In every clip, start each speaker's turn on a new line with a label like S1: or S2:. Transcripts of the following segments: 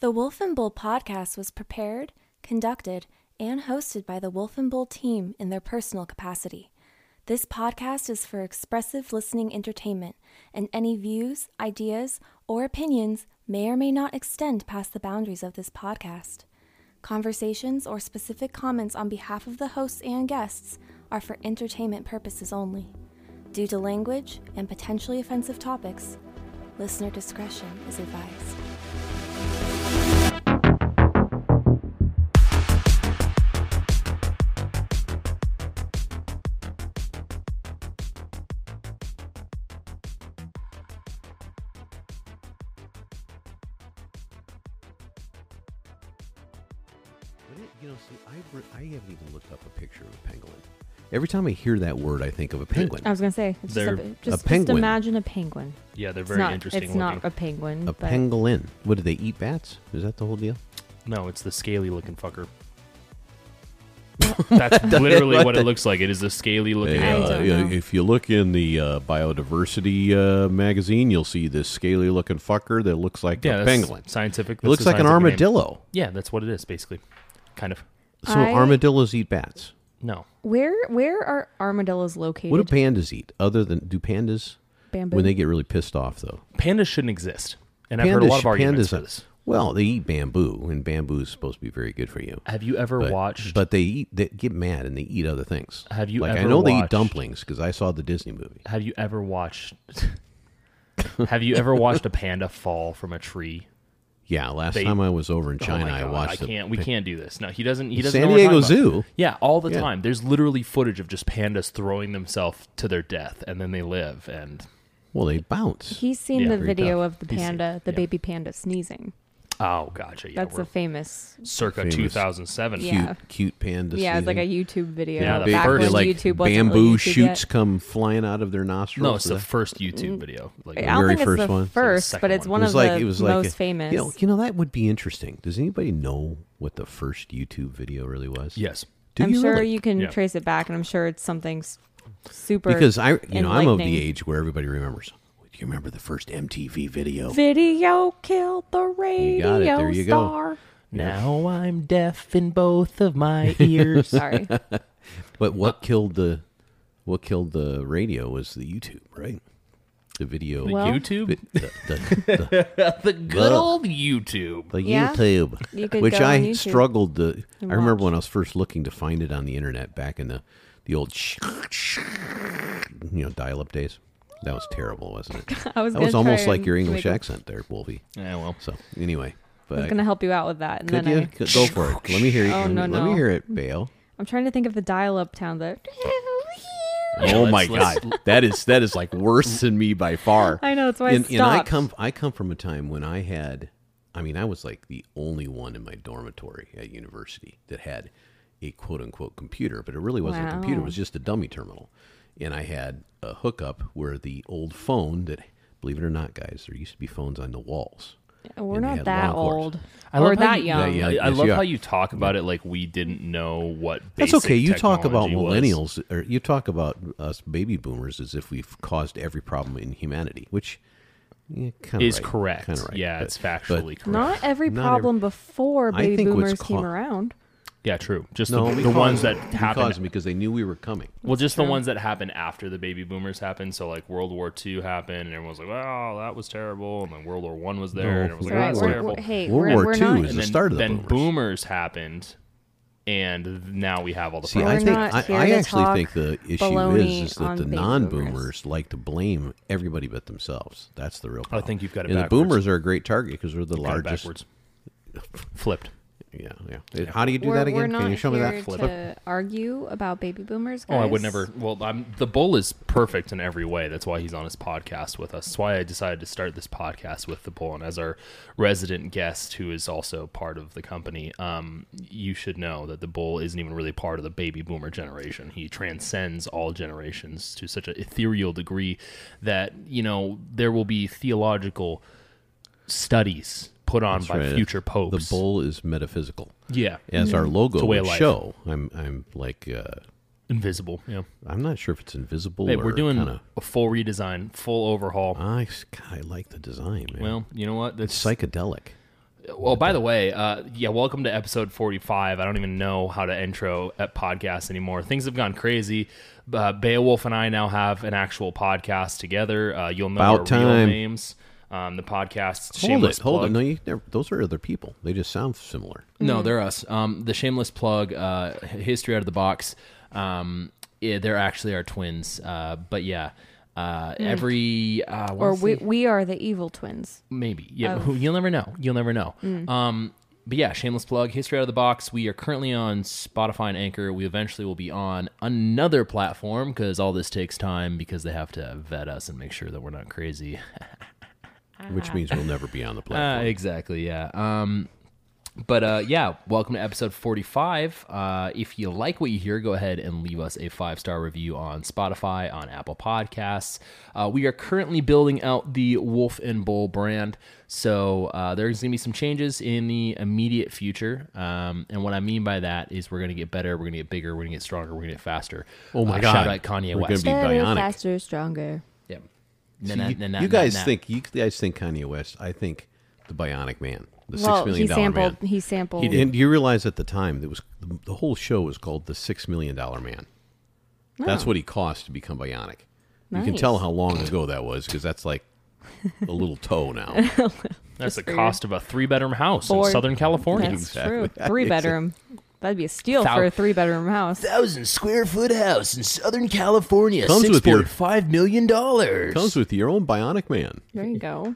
S1: The Wolf and Bull podcast was prepared, conducted, and hosted by the Wolf and Bull team in their personal capacity. This podcast is for expressive listening entertainment, and any views, ideas, or opinions may or may not extend past the boundaries of this podcast. Conversations or specific comments on behalf of the hosts and guests are for entertainment purposes only. Due to language and potentially offensive topics, listener discretion is advised.
S2: But it, you know, see, I, re- I haven't even looked up a picture of a penguin. Every time I hear that word, I think of a penguin.
S3: I was gonna say, it's just,
S4: They're-
S3: a, just, just
S2: penguin.
S3: imagine a penguin.
S4: Yeah, they're
S3: It's
S4: very
S3: not,
S4: interesting
S3: It's
S4: looking.
S3: not a penguin,
S2: a
S3: but
S2: pangolin. What do they eat? Bats? Is that the whole deal?
S4: no, it's the scaly looking fucker. That's literally what it looks like. It is a scaly looking.
S3: I
S4: animal.
S3: don't know.
S2: If you look in the uh, biodiversity uh, magazine, you'll see this scaly looking fucker that looks like
S4: yeah,
S2: a
S4: that's
S2: penguin.
S4: Scientific.
S2: It looks
S4: that's the
S2: like an
S4: scientific name.
S2: armadillo.
S4: Yeah, that's what it is basically. Kind of.
S2: So
S3: I-
S2: armadillos eat bats.
S4: No.
S3: where where are armadillos located?
S2: What do pandas eat? Other than do pandas
S3: Bamboo.
S2: when they get really pissed off though?
S4: Pandas shouldn't exist. And I've
S2: pandas,
S4: heard a lot of arguments
S2: pandas
S4: for this.
S2: Well, they eat bamboo, and bamboo is supposed to be very good for you.
S4: Have you ever
S2: but,
S4: watched?
S2: But they eat. They get mad and they eat other things.
S4: Have you
S2: Like I
S4: ever
S2: know they eat
S4: watched-
S2: dumplings because I saw the Disney movie.
S4: have you ever watched? have you ever watched a panda fall from a tree?
S2: Yeah, last
S4: They-
S2: time I was over in
S4: Oh
S2: China,
S4: my
S2: I
S4: God,
S2: watched.
S4: I
S2: the-
S4: can't. We can't do this. No, he doesn't. He doesn't.
S2: San
S4: know what we're
S2: Diego
S4: talking about.
S2: Zoo.
S4: Yeah, all the
S2: Yeah.
S4: time. There's literally footage of just pandas throwing themselves to their death, and then they live. And
S2: Well, they bounce.
S3: He's seen
S4: Yeah,
S3: the
S2: pretty
S3: video
S2: tough.
S3: of the
S4: He's seen-
S3: panda, the
S4: yeah.
S3: baby panda sneezing.
S4: oh, gotcha. Yeah,
S3: That's
S4: we're
S3: a famous.
S4: circa
S2: Famous.
S4: 2007.
S2: Cute,
S3: Yeah.
S2: cute panda.
S3: Yeah, it's like a
S2: sneezing.
S3: YouTube video.
S4: Yeah, the
S2: big,
S3: back
S4: first-
S2: they're
S3: when
S2: like
S3: YouTube wasn't really
S2: bamboo
S3: YouTube
S2: shoots
S3: yet.
S2: come flying out of their nostrils.
S4: No, it's the
S2: Is that-
S4: first
S3: Mm-hmm.
S4: YouTube video. Like,
S3: I don't
S2: very
S3: think it's
S2: first
S3: the
S2: one. It's like the
S3: first, but
S4: second
S3: it's
S4: one.
S3: one
S2: it
S3: of
S2: was like
S3: the
S2: it was like
S3: most
S2: a-
S3: famous.
S2: You know, you know that would be interesting. Does anybody know what the first YouTube video really was?
S4: yes.
S2: Do
S3: I'm
S2: you
S3: sure
S2: really?
S3: you can
S4: Yeah.
S3: trace it back, and I'm sure it's something s- super.
S2: because I you know I'm of the
S3: enlightening.
S2: age where everybody remembers. Do you remember the first MTV video?
S3: video killed the radio
S2: You got it. There you go.
S3: star.
S4: Now I'm deaf in both of my ears.
S3: Sorry.
S2: But
S4: Uh,
S2: what killed the what killed the radio was the YouTube, right? The video,
S4: The
S3: Well-
S4: YouTube,
S2: the, the, the,
S4: the good old YouTube.
S2: the
S3: Yeah.
S2: YouTube,
S3: You could
S2: which
S3: go on
S2: I
S3: YouTube
S2: struggled to.
S3: and
S2: I remember
S3: watch.
S2: when I was first looking to find it on the internet back in the the old you know dial up days. That was terrible, wasn't it?
S3: I was.
S2: That
S3: gonna
S2: was
S3: try
S2: almost like
S3: and
S2: your English
S3: make-
S2: accent there, Wolfie.
S4: Yeah, well,
S2: So anyway,
S3: I was
S2: but
S3: gonna help you out with that, and
S2: could
S3: then
S2: you
S3: I,
S2: Could- go for it? Let me hear. You,
S3: Oh,
S2: let, me-
S3: no,
S2: let me
S3: no.
S2: hear it, Bale.
S3: I'm trying to think of the dial-up town that.
S4: Yeah,
S2: oh my
S4: let's- let's-
S2: god, that is that is like worse than me by far.
S3: I know, that's why I
S2: and, and I
S3: stopped.
S2: come I come from a time when I had, I mean, I was like the only one in my dormitory at university that had a quote unquote computer, but it really wasn't a computer; it
S3: Wow.
S2: was just a dummy terminal. And I had a hookup where the old phone that, believe it or not, guys, there used to be phones on the walls.
S3: We're
S2: And they
S3: not
S2: had
S3: that
S2: long cords.
S3: old.
S4: I
S3: or
S4: love how
S3: that
S4: you-
S3: young.
S2: Yeah,
S4: I,
S2: yeah,
S4: I
S2: yes,
S4: love
S2: you
S4: how
S2: are.
S4: you talk about it like we didn't know what.
S2: That's
S4: basic
S2: okay. You talk about
S4: technology was.
S2: millennials, or you talk about us baby boomers as if we've caused every problem in humanity, which yeah, kind of
S4: Is correct.
S2: Kinda right.
S4: Yeah,
S2: But-
S4: it's factually correct.
S3: Not every
S2: Not every-
S3: problem before
S2: I
S3: baby
S2: think what's
S3: boomers
S2: ca-
S3: came around.
S4: Yeah, true. Just
S2: No,
S4: the,
S2: we
S4: the
S2: caused
S4: ones that
S2: them. We
S4: happened.
S2: caused them because they knew we were coming.
S4: Well, just the ones that happened after the baby boomers happened. So like World War II happened, and everyone was like, "Wow, that was terrible." And then World War One was there,
S2: No,
S4: and it was like,
S2: World
S4: "That was
S2: War-
S3: We're,
S4: terrible."
S3: we're, hey,
S2: World
S3: we're,
S2: War
S3: we're
S2: II
S3: not.
S2: is
S4: and
S2: the
S4: then,
S2: start of the
S4: then
S2: boomers.
S4: happened, and now we have all the
S2: See,
S4: problems.
S2: I
S3: We're
S2: think
S3: not
S2: I,
S3: here
S2: I
S3: to
S2: actually
S3: talk
S2: think the issue
S3: baloney
S2: is, is that
S3: on
S2: the
S3: baby
S2: non-boomers like to blame everybody but themselves. That's the real problem.
S4: think you've got it
S2: And
S4: backwards.
S2: the boomers are a great target because we're the
S4: Got it
S2: largest.
S4: backwards, flipped.
S2: Yeah, yeah. How do you do
S3: we're,
S2: that again?
S3: we're not
S2: Can you show me
S3: here
S2: that?
S3: to argue about baby boomers.
S4: Oh, I would
S3: guys.
S4: never. Well, I'm the bull is perfect in every way. That's why he's on his podcast with us. That's why I decided to start this podcast with the bull, and as our resident guest, who is also part of the company, um, you should know that the bull isn't even really part of the baby boomer generation. He transcends all generations to such an ethereal degree that you know there will be theological studies put on by
S2: right.
S4: future popes.
S2: The bull is metaphysical,
S4: yeah,
S3: Mm-hmm.
S2: as our logo
S4: It's a way
S2: would
S4: of life.
S2: show. I'm, I'm like, uh,
S4: invisible. Yeah,
S2: I'm not sure if it's invisible.
S4: Hey,
S2: or
S4: we're doing
S2: Kinda,
S4: a full redesign, full overhaul.
S2: I, God, I like the design, man.
S4: Well, you know what? That's
S2: it's psychedelic.
S4: Well, by the way, uh, yeah, welcome to episode 45. I don't even know how to intro at podcasts anymore. Things have gone crazy. Uh, Beowulf and I now have an actual podcast together. Uh, you'll know
S2: About
S4: our real
S2: time.
S4: names. Um, the podcast
S2: Hold
S4: Shameless
S2: it, hold
S4: Plug.
S2: it. No, you never, those are other people. They just sound similar.
S4: No, they're us. Um, the shameless plug, uh, h- history out of the box. Um, yeah, they're actually our twins. Uh, but yeah, uh, every uh,
S3: Hmm. Or
S4: what's
S3: we, we are the evil twins.
S4: maybe yeah you'll never know you'll never know um but yeah shameless plug history out of the box we are currently on spotify and anchor we eventually will be on another platform because all this takes time because they have to vet us and make sure that we're not crazy
S2: Which means we'll never be on the
S4: uh,
S2: platform.
S4: exactly yeah um but uh yeah welcome to episode 45 uh if you like what you hear go ahead and leave us a five star review on spotify on apple podcasts uh, we are currently building out the wolf and bull brand so uh, there's gonna be some changes in the immediate future um, and what i mean by that is we're gonna get better we're gonna get bigger we're gonna get stronger we're gonna get faster
S2: Oh my
S4: Uh,
S2: God.
S4: shout out kanye
S2: We're
S4: west
S2: Be gonna bionic.
S3: faster, stronger.
S4: yep.
S2: See,
S4: Nah, nah,
S2: you,
S4: nah, nah,
S2: you guys
S4: nah.
S2: think you guys think Kanye West. I think the Bionic Man, the
S3: well,
S2: Six Million
S3: he
S2: Dollar
S3: sampled.
S2: Man.
S3: He sampled.
S2: He And you realize at the time that was the whole show was called the Six Million Dollar Man. That's what he cost to become bionic. You can
S3: Nice.
S2: tell how long ago that was because that's like a little toe now.
S4: that's the
S3: for your-
S4: cost of a three bedroom house
S3: Or-
S4: in southern california
S3: That's true.
S2: Exactly.
S3: Three bedroom. That'd be a steal
S4: Thou-
S3: for a three bedroom house.
S4: thousand square foot house in Southern California.
S2: Comes with your-
S4: five million dollars.
S2: Comes with your own Bionic Man.
S3: There you go.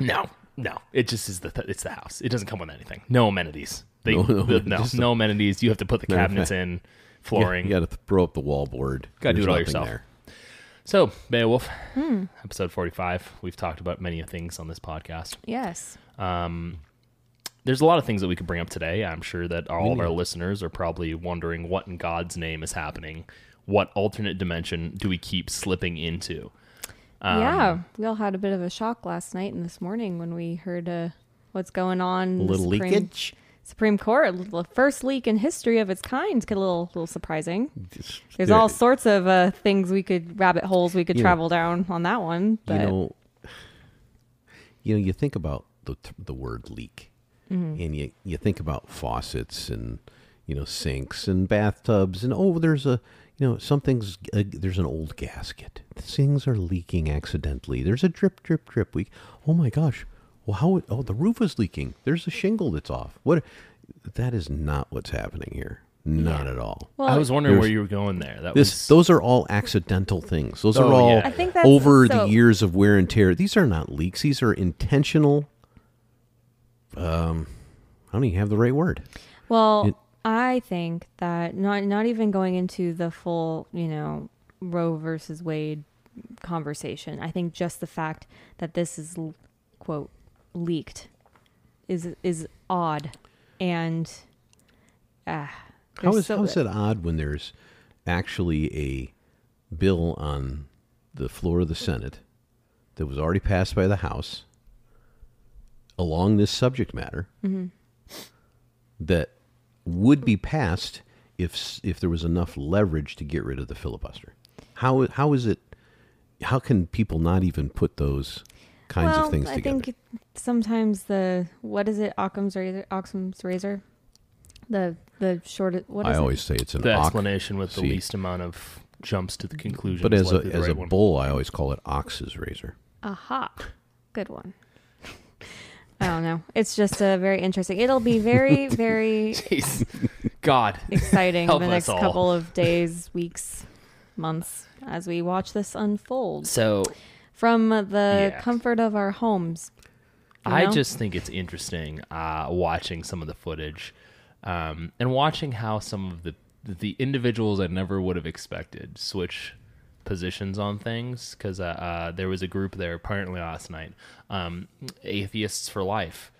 S4: no, no. It just is the th- it's the house. It doesn't come with anything. No amenities. They,
S2: No,
S4: the-
S2: no,
S4: no, no,
S2: just
S4: amenities. You have to put the
S2: Matter of
S4: cabinets
S2: fact.
S4: in,
S2: Yeah,
S4: flooring.
S2: You got to throw up the wall board.
S4: Gotta do
S2: There's
S4: it all
S2: nothing
S4: yourself.
S2: there.
S4: So Beowulf, episode forty-five. We've talked about many things on this podcast. Um,
S3: Yes.
S4: There's a lot of things that we could bring up today. I'm sure that all of our listeners are probably wondering what in God's name is happening. What alternate dimension do we keep slipping into?
S2: Um,
S3: yeah. We all had a bit of a shock last night and this morning when we heard uh, what's going on.
S2: A
S3: in the
S2: little
S3: Supreme-
S2: leakage.
S3: Supreme Court, the first leak in history of its kind. Get a little, little surprising.
S2: Just-
S3: There's
S2: there-
S3: all sorts of uh, things we could rabbit holes we could
S2: You know-
S3: travel down on that one. But
S2: you know, you know, you think about the t- the word leak, and you you think about faucets and you know sinks and bathtubs and oh, there's a you know something's uh, there's an old gasket. Things are leaking accidentally. There's a drip, drip, drip. We oh my gosh, well how oh the roof is leaking. There's a shingle that's off. What that is not what's happening here. Not at all.
S3: well,
S4: I was wondering where
S2: There's-
S4: you were going there. That
S2: This,
S4: was
S2: those are all accidental things. Those are
S4: Oh,
S2: all
S4: yeah. I
S3: think that's-
S2: over
S3: so-
S2: the years of wear and tear. These are not leaks. These are intentional. Um, I don't even have the right word.
S3: Well,
S2: It-
S3: I think that not not even going into the full, you know, Roe versus Wade conversation. I think just the fact that this is l- quote leaked is is odd and ah,
S2: How
S3: there's
S2: is, how is it odd when there's actually a bill on the floor of the Senate that was already passed by the House along this subject matter
S3: Mm-hmm.
S2: that would be passed if s- if there was enough leverage to get rid of the filibuster? How how is it? How can people not even put those kinds
S3: well,
S2: of things
S3: I
S2: together?
S3: think sometimes the what is it Occam's razor Occam's razor the the short what is
S2: I
S3: it?
S2: always say it's an
S4: the
S2: ox-
S4: explanation with the
S2: see.
S4: least amount of jumps to the conclusion.
S2: but
S4: is
S2: as a
S4: likely the
S2: as
S4: right
S2: a
S4: one.
S2: bull, I always call it ox's razor.
S3: Aha. Good one. I don't know. It's just a very interesting. It'll be very, very
S4: Jeez. God,
S3: exciting the
S4: Help
S3: next
S4: us all.
S3: couple of days, weeks, months as we watch this unfold
S4: so
S3: from the
S4: Yeah.
S3: comfort of our homes. you
S4: I
S3: know?
S4: just think it's interesting uh, watching some of the footage um, and watching how some of the the individuals I never would have expected switch positions on things because uh, uh, there was a group there apparently last night, um, atheists for life.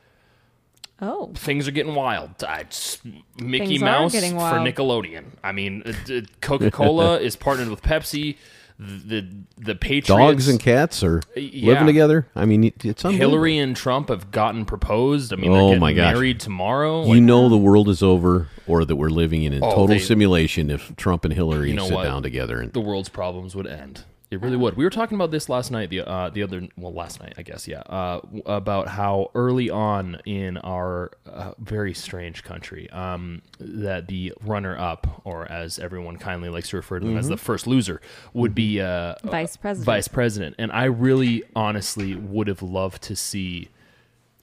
S3: oh,
S4: things are getting wild. Uh, it's Mickey
S3: Things are
S4: Mouse
S3: getting
S4: for
S3: wild.
S4: Nickelodeon. I mean, Coca Cola is partnered with Pepsi. The the, the Patriots,
S2: dogs and cats are
S4: Uh, yeah.
S2: living together. I mean, it- it's unbelievable.
S4: Hillary and Trump have gotten proposed. I mean,
S2: Oh
S4: they're getting
S2: my gosh.
S4: married tomorrow.
S2: You know the world is over, or that we're living in a
S4: Oh,
S2: total
S4: they-
S2: simulation if Trump and Hillary
S4: You know
S2: sit
S4: what?
S2: down together. And
S4: the world's problems would end. It really would. We were talking about this last night. The uh, the other well, last night I guess. Yeah, uh, w- about how early on in our uh, very strange country, um, that the runner up, or as everyone kindly likes to refer to them
S2: Mm-hmm.
S4: as the first loser, would be uh,
S3: Vice president.
S4: vice president. And I really, honestly, would have loved to see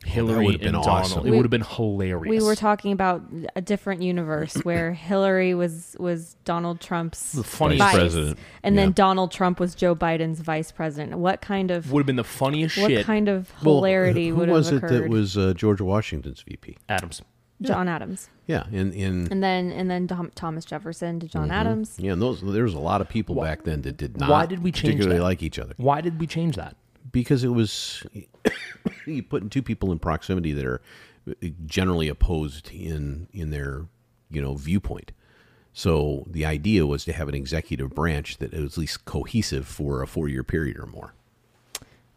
S4: Hillary
S2: would've been
S4: and Donald.
S2: awesome.
S4: It
S3: We-
S4: would have been hilarious.
S3: We were talking about a different universe where Hillary was was Donald Trump's
S4: The funniest
S3: vice,
S2: president.
S3: and then
S2: Yeah.
S3: Donald Trump was Joe Biden's vice president. What kind of
S4: would have been the funniest
S3: what
S4: shit.
S3: kind of
S2: Well,
S3: hilarity
S2: who
S3: would
S2: was
S3: have
S2: it
S3: occurred?
S2: that was uh, George Washington's VP?
S4: Adams.
S3: John Adams,
S2: Yeah, and in
S3: and then and then Tom, Thomas Jefferson to
S4: Mm-hmm.
S3: John Adams.
S2: yeah, and those there was a lot of people back then that did not.
S4: why did we change
S2: particularly
S4: that?
S2: like each other?
S4: Why did we change that?
S2: because it was you putting two people in proximity that are generally opposed in in their you know viewpoint. So the idea was to have an executive branch that was at least cohesive for a four year period or more.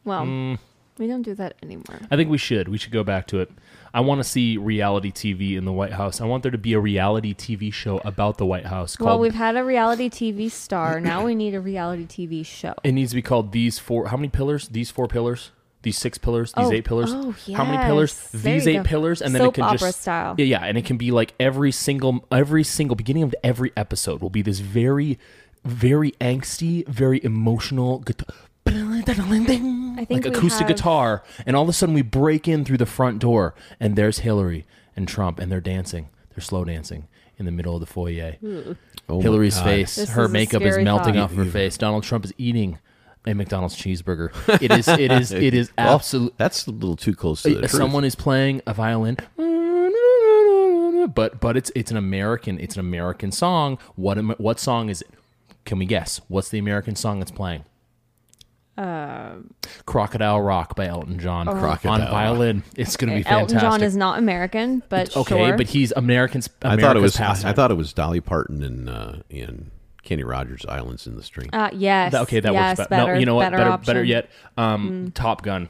S3: Well,
S4: Mm.
S3: we don't do that anymore.
S4: I think we should. We should go back to it. I want to see reality TV in the White House. I want there to be a reality TV show about the White House called.
S3: Well, we've had a reality TV star. Now we need a reality TV show.
S4: it needs to be called these four. How many pillars? These four pillars. These six pillars. These
S3: Oh,
S4: eight pillars.
S3: oh,
S4: How many pillars?
S3: yes. There
S4: These
S3: you
S4: eight
S3: go.
S4: pillars, and then
S3: Soap
S4: it can
S3: opera
S4: just
S3: style.
S4: Yeah, yeah, and it can be like every single every single beginning of every episode will be this very, very angsty, very emotional guitar.
S3: I think
S4: like
S3: we
S4: acoustic
S3: have-
S4: guitar, and all of a sudden we break in through the front door, and there's Hillary and Trump, and they're dancing, they're slow dallancing in the middle of the foyer.
S2: Oh my
S4: Hillary's
S2: God.
S4: face,
S3: Hmm. This
S4: her
S3: is a
S4: makeup is
S3: scary
S4: melting
S3: thought.
S4: off of her face. Donald Trump is eating a McDonald's cheeseburger. It is, it is, it is
S2: Well,
S4: absolutely.
S2: That's a little too close to the truth.
S4: Uh, Someone is playing a violin, but but it's it's an American, it's an American song. What am, what song is it? Can we guess? What's the American song that's playing?
S3: Uh,
S4: Crocodile Rock by Elton John
S2: Crocodile
S4: on violin. It's going to be
S3: Oh. Elton
S4: fantastic.
S3: John is not American, but
S4: okay,
S3: sure.
S4: but he's American's.
S2: I thought it was
S4: Past
S2: I, I thought it was Dolly Parton and uh, and Kenny Rogers Islands in the Stream.
S3: uh, yes.
S4: That- okay, that
S3: yes,
S4: works be-
S3: better.
S4: No, you know what?
S3: Better,
S4: Better,
S3: option. Hmm.
S4: better yet, um, Top Gun,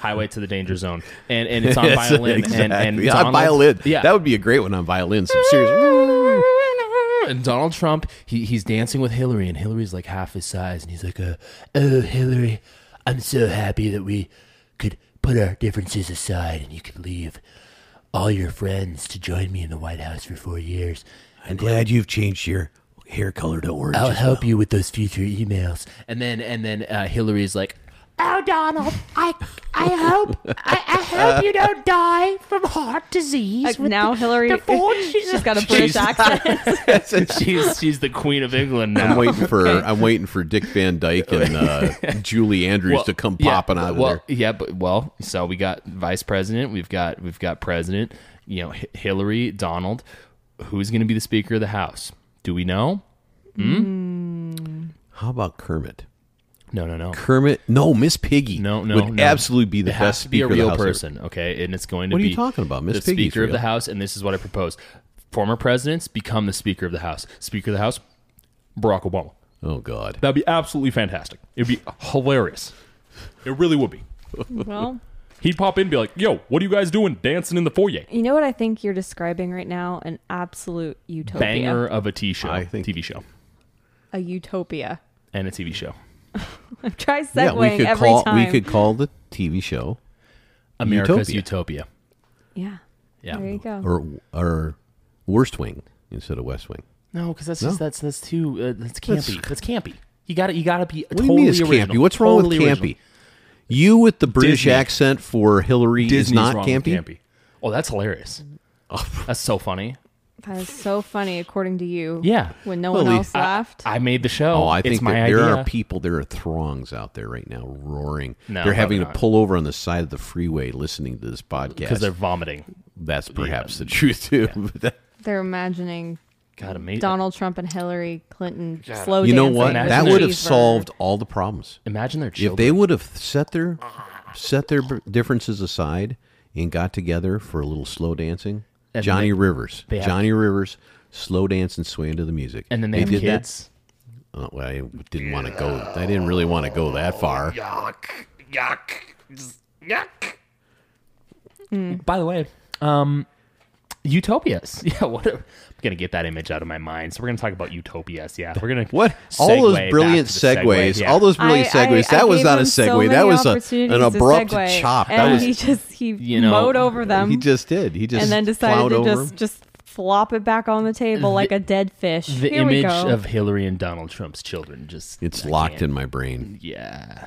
S4: Highway to the Danger Zone, and and it's on violin and, and
S2: Exactly. on
S4: Donald-
S2: violin.
S4: Yeah,
S2: That would be a great one on violin. Some serious
S4: and Donald Trump, he he's dancing with Hillary, and Hillary's like half his size, and he's like, uh, "Oh, Hillary, I'm so happy that we could put our differences aside, and you could leave all your friends to join me in the White House for four years.
S2: I'm glad you've changed your hair color to orange.
S4: I'll help you with those future emails." And then and then uh, Hillary's like,
S5: Oh, Donald, I, I hope, I, I hope you don't die from heart disease.
S3: Like, Uh, now Hillary,
S5: the fortune-
S3: she's got a British accent.
S4: "She's she's the Queen of England now."
S2: I'm waiting for I'm waiting for Dick Van Dyke and uh, Julie Andrews
S4: Well,
S2: to come
S4: yeah,
S2: popping out of
S4: well,
S2: there.
S4: Yeah, but well, so we got vice president, we've got we've got president, you know, Hi- Hillary, Donald. Who's going to be the speaker of the House? Do we know?
S2: How about Kermit?
S4: No, no, no.
S2: Kermit? No, Miss Piggy.
S4: No, no,
S2: would
S4: no.
S2: absolutely be the
S4: it
S2: best
S4: has to be
S2: speaker
S4: a
S2: of the
S4: real
S2: House ever.
S4: person, okay? And it's going to
S2: What are
S4: be
S2: you talking about? Miss
S4: the
S2: Piggy's
S4: speaker of
S2: real.
S4: the House, and this is what I propose: former presidents become the speaker of the House. Speaker of the House, Barack Obama.
S2: Oh God,
S4: That'd be absolutely fantastic. It'd be hilarious. It really would be.
S3: well,
S4: He'd pop in and be like, "Yo, what are you guys doing dancing in the foyer?"
S3: you know what I think you're describing right now? An absolute utopia.
S4: banger of a T show,
S2: I think-
S4: TV show,
S3: A utopia.
S4: and a TV show.
S3: Try
S2: yeah, we
S3: segueing
S2: could
S3: every
S2: call
S3: time.
S2: we could call the TV show
S4: America's Utopia.
S3: Yeah. There you go.
S4: Yeah.
S2: or or Worst Wing instead of West Wing.
S4: No, because that's
S2: No.
S4: just that's that's too uh, that's campy. That's, campy. You got to You got to be
S2: What
S4: totally
S2: do you mean it's
S4: original.
S2: campy? What's wrong
S4: Totally
S2: with campy?
S4: original.
S2: You with the British
S4: Disney.
S2: accent for Hillary
S4: Disney's
S2: is not
S4: wrong with
S2: campy. Oh.
S4: campy. Oh, that's hilarious. that's so funny.
S3: That is so funny, according to you.
S4: Yeah.
S3: When no one
S2: Holy-
S3: else
S4: I-
S3: laughed.
S4: I, made the show.
S2: Oh, I
S4: it's
S2: think
S4: my
S2: that
S4: idea.
S2: there are people, there are throngs out there right now roaring.
S4: No,
S2: they're
S4: probably
S2: having
S4: not.
S2: to pull over on the side of the freeway listening to this podcast.
S4: because they're vomiting.
S2: That's perhaps the truth, too. But that-
S3: They're imagining
S4: God, amazing.
S3: Donald Trump and Hillary Clinton slow
S2: you know
S3: dancing
S2: what?
S3: with
S4: Imagine
S2: That
S3: a
S2: would have
S3: cheeseburger.
S2: solved all the problems.
S4: Imagine their
S2: If
S4: children.
S2: they would have set their set their b- differences aside and got together for a little slow dancing,
S4: And
S2: Johnny
S4: they-
S2: Rivers,
S4: they have-
S2: Johnny Rivers, slow dance and sway into the music,
S4: and then they, have
S2: did that.
S4: kids.
S2: Uh, well, I didn't want to go. I didn't really want to go that far.
S4: By the way, um, Utopias. Yeah, whatever. I'm gonna get that image out of my mind. So we're gonna talk about utopias. Yeah, we're gonna
S2: What all
S4: segue
S2: those
S4: back
S2: brilliant
S4: to the segue.
S2: segues,
S4: Yeah.
S2: all those brilliant
S3: I- I-
S2: segues.
S3: I
S2: that was
S3: gave
S2: not a
S3: him so
S2: segue.
S3: many
S2: that was a,
S3: opportunities
S2: an
S3: to
S2: abrupt
S3: segue,
S2: chop.
S3: And
S2: that was
S3: he just he
S4: You know,
S3: mowed over them.
S2: he just did. He just
S3: and then decided
S2: plowed
S3: to
S2: over
S3: just
S2: 'em.
S3: just flop it back on the table like
S4: The-
S3: a dead fish.
S4: the
S3: Here we
S4: image
S3: go.
S4: of Hillary and Donald Trump's children just
S2: It's
S4: I
S2: locked
S4: can't-
S2: in my brain.
S4: Yeah.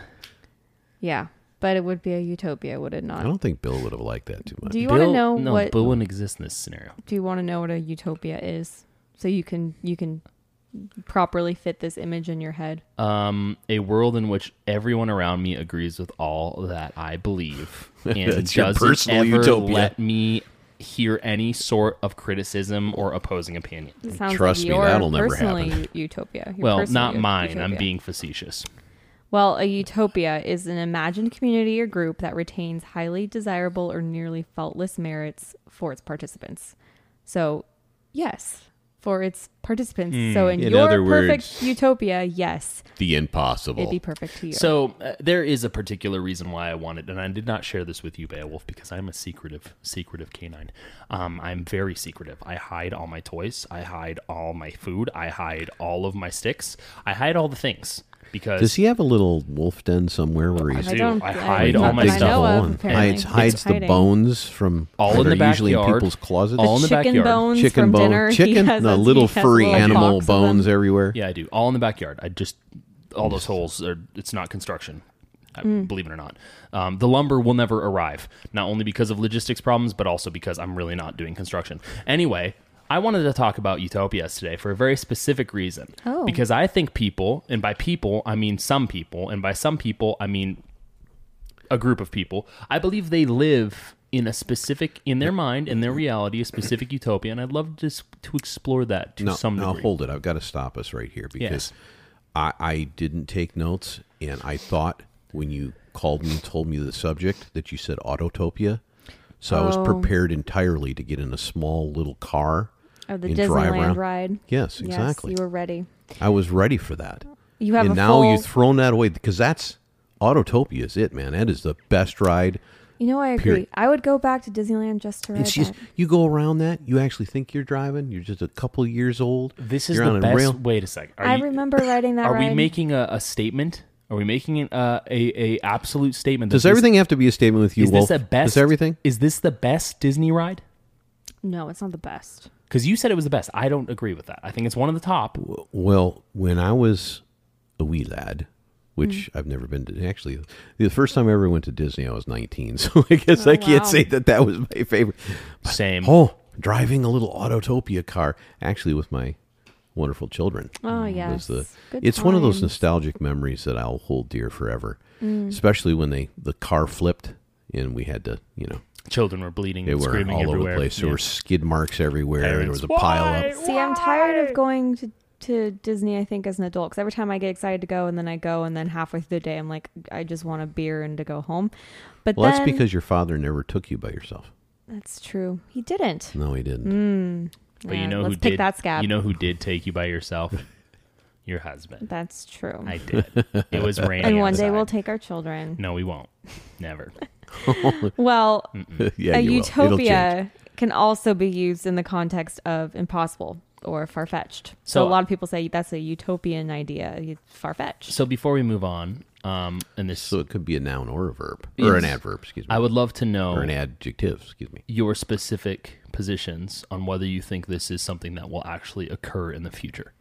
S3: yeah, but it would be a utopia, would it
S2: I
S3: not?
S2: don't think Bill would have liked that too much.
S3: Do you want to
S4: Bill-
S3: know
S4: no,
S3: what?
S4: Bill wouldn't exist in this scenario.
S3: do you want to know what a utopia is? So you can you can properly fit this image in your head.
S4: Um, a world in which everyone around me agrees with all that I believe and
S2: That's your
S4: doesn't
S2: personal
S4: ever
S2: utopia.
S4: let me hear any sort of criticism or opposing opinion.
S3: It sounds
S2: Trust
S3: like
S2: me,
S3: your
S2: that'll never
S3: personally
S2: happen.
S3: u- utopia. your
S4: Well,
S3: personal
S4: not
S3: u-
S4: mine. I'm
S3: utopia.
S4: being facetious.
S3: Well, a utopia is an imagined community or group that retains highly desirable or nearly faultless merits for its participants. So, yes, for its participants.
S4: Hmm.
S3: So, in,
S2: In
S3: your
S2: other
S3: perfect
S2: words-
S3: utopia, yes,
S2: The impossible.
S3: it'd be perfect to you.
S4: So uh, there is a particular reason why I wanted, and I did not share this with you, Beowulf, because I'm a secretive, secretive canine. Um, I'm very secretive. I hide all my toys. I hide all my food. I hide all of my sticks. I hide all the things because
S2: Does he have a little wolf den somewhere where he's
S4: I do. I hide all
S3: not
S4: my
S3: that I
S2: digs
S4: stuff.
S2: a hole
S3: know of,
S2: and
S3: apparently.
S2: hides, hides the
S3: Hiding.
S2: bones from
S4: All
S2: that
S4: in the
S2: are usually in
S4: backyard.
S2: people's closets?
S4: All in the
S3: chicken
S4: backyard.
S3: bones
S2: chicken
S3: from
S2: bone,
S3: dinner. he
S2: chicken,
S3: has
S2: no
S3: a-
S2: little
S3: he has a
S2: furry
S3: little
S2: animal
S3: box of them.
S2: bones everywhere.
S4: Yeah, I do. All in the backyard. I just all those holes are. It's not construction. I,
S2: Mm.
S4: Believe it or not, um, the lumber will never arrive. Not only because of logistics problems, but also because I'm really not doing construction. Anyway, I wanted to talk about utopias today for a very specific reason.
S3: Oh.
S4: Because I think people, and by people I mean some people, and by some people I mean a group of people. I believe they live in a specific, in their mind, in their reality, a specific utopia, and I'd love to s- to explore that to
S2: No,
S4: some
S2: no,
S4: degree.
S2: hold it. I've got to stop us right here because
S4: Yes.
S2: I, I didn't take notes, and I thought when you called me and told me the subject that you said autotopia. So I was
S3: Oh.
S2: prepared entirely to get in a small little car
S3: Oh, the
S2: and drive
S3: Disneyland
S2: around.
S3: ride.
S2: Yes, exactly.
S3: Yes, you were ready.
S2: I was ready for that.
S3: You have
S2: and
S3: a
S2: now
S3: full-
S2: you've thrown that away because that's Autotopia is it, man. That is the best ride.
S3: You know, I agree.
S2: Period.
S3: I would go back to Disneyland just to ride
S2: It's just
S3: that.
S2: you go around that, you actually think you're driving. You're just a couple years old.
S4: This is
S2: you're
S4: the
S2: on
S4: best.
S2: a rail.
S4: Wait a second.
S3: I remember riding that
S4: Are
S3: ride.
S4: we making a, a statement? Are we making an, uh, a a absolute statement? that
S2: Does
S4: this-
S2: everything have to be a statement with you,
S4: Is
S2: Wolf?
S4: this a best?
S2: Is everything?
S4: Is this the best Disney ride?
S3: No, it's not the best.
S4: Because you said it was the best. I don't agree with that. I think it's one of the top.
S2: Well, when I was a wee lad,
S3: Mm.
S2: which I've never been to, actually, the first time I ever went to Disney, I was 19. So I guess I can't
S3: Oh, wow.
S2: say that that was my favorite. But,
S4: Same.
S2: Oh, driving a little Autotopia car, actually, with my wonderful children.
S3: Oh
S2: was
S3: yes,
S2: the-
S3: Good
S2: it's one of those
S3: times. Mm.
S2: nostalgic memories that I'll hold dear forever, especially when they the car flipped and we had to, you know,
S4: Children were bleeding,
S2: they
S4: and
S2: were
S4: screaming
S2: all over
S4: everywhere.
S2: the place. There
S4: Yeah.
S2: were skid marks everywhere. and There
S4: Parents,
S2: was a pile up.
S3: See, I'm tired of going to, to Disney, I think, as an adult. Because every time I get excited to go and then I go and then halfway through the day, I'm like, I just want a beer and to go home. But
S2: Well,
S3: then,
S2: that's because your father never took you by yourself.
S3: That's true. He didn't. Mm.
S2: No, he didn't.
S4: But
S3: Yeah,
S4: you know
S3: let's
S4: who
S3: pick
S4: did
S3: that scab.
S4: You know who did take you by yourself? Your husband.
S3: That's true.
S4: I did. It was raining.
S3: and one day
S4: outside.
S3: we'll take our children.
S4: No, we won't. Never.
S3: Well,
S2: yeah,
S3: a
S2: you will. It'll change.
S3: utopia can also be used in the context of impossible or far fetched. So,
S4: So-
S3: a lot of people say that's a utopian idea. Far fetched.
S4: So before we move on, um, and this,
S2: So it could be a noun or a verb or an
S4: Yes.
S2: adverb, excuse me,
S4: I would love to know.
S2: or an adjective, excuse me.
S4: your specific positions on whether you think this is something that will actually occur in the future.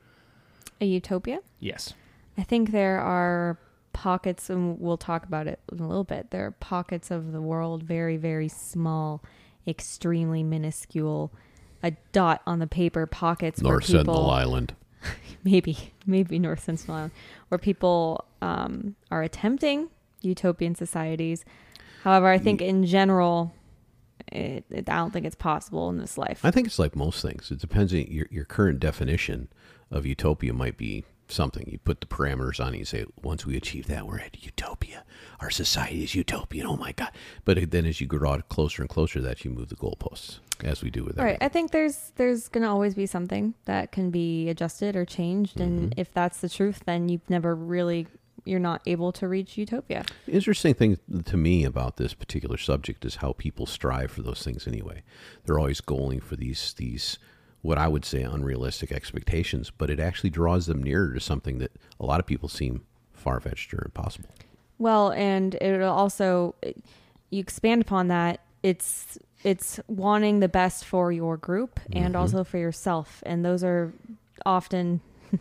S3: a utopia.
S4: Yes.
S3: I think there are pockets, and we'll talk about it in a little bit. There are pockets of the world, very, very small, extremely minuscule, a dot on the paper pockets where
S2: North
S3: people,
S2: Sentinel Island.
S3: maybe, maybe North Sentinel Island, where people um, are attempting utopian societies. However, I think in general, it, it, I don't think it's possible in this life.
S2: I think it's like most things. It depends on your, your current definition of utopia might be something. You put the parameters on it, you say, once we achieve that, we're at utopia. Our society is utopian. Oh my God. But then as you grow out closer and closer to that, you move the goalposts, as we do with
S3: Right.
S2: everything.
S3: I think there's there's gonna always be something that can be adjusted or changed, and if that's the truth, then you've never really you're not able to reach utopia.
S2: Interesting thing to me about this particular subject is how people strive for those things anyway. They're always going for these these what I would say unrealistic expectations, but it actually draws them nearer to something that a lot of people seem far fetched or impossible.
S3: Well, and it also you expand upon that. It's it's wanting the best for your group and
S2: Mm-hmm.
S3: also for yourself, and those are often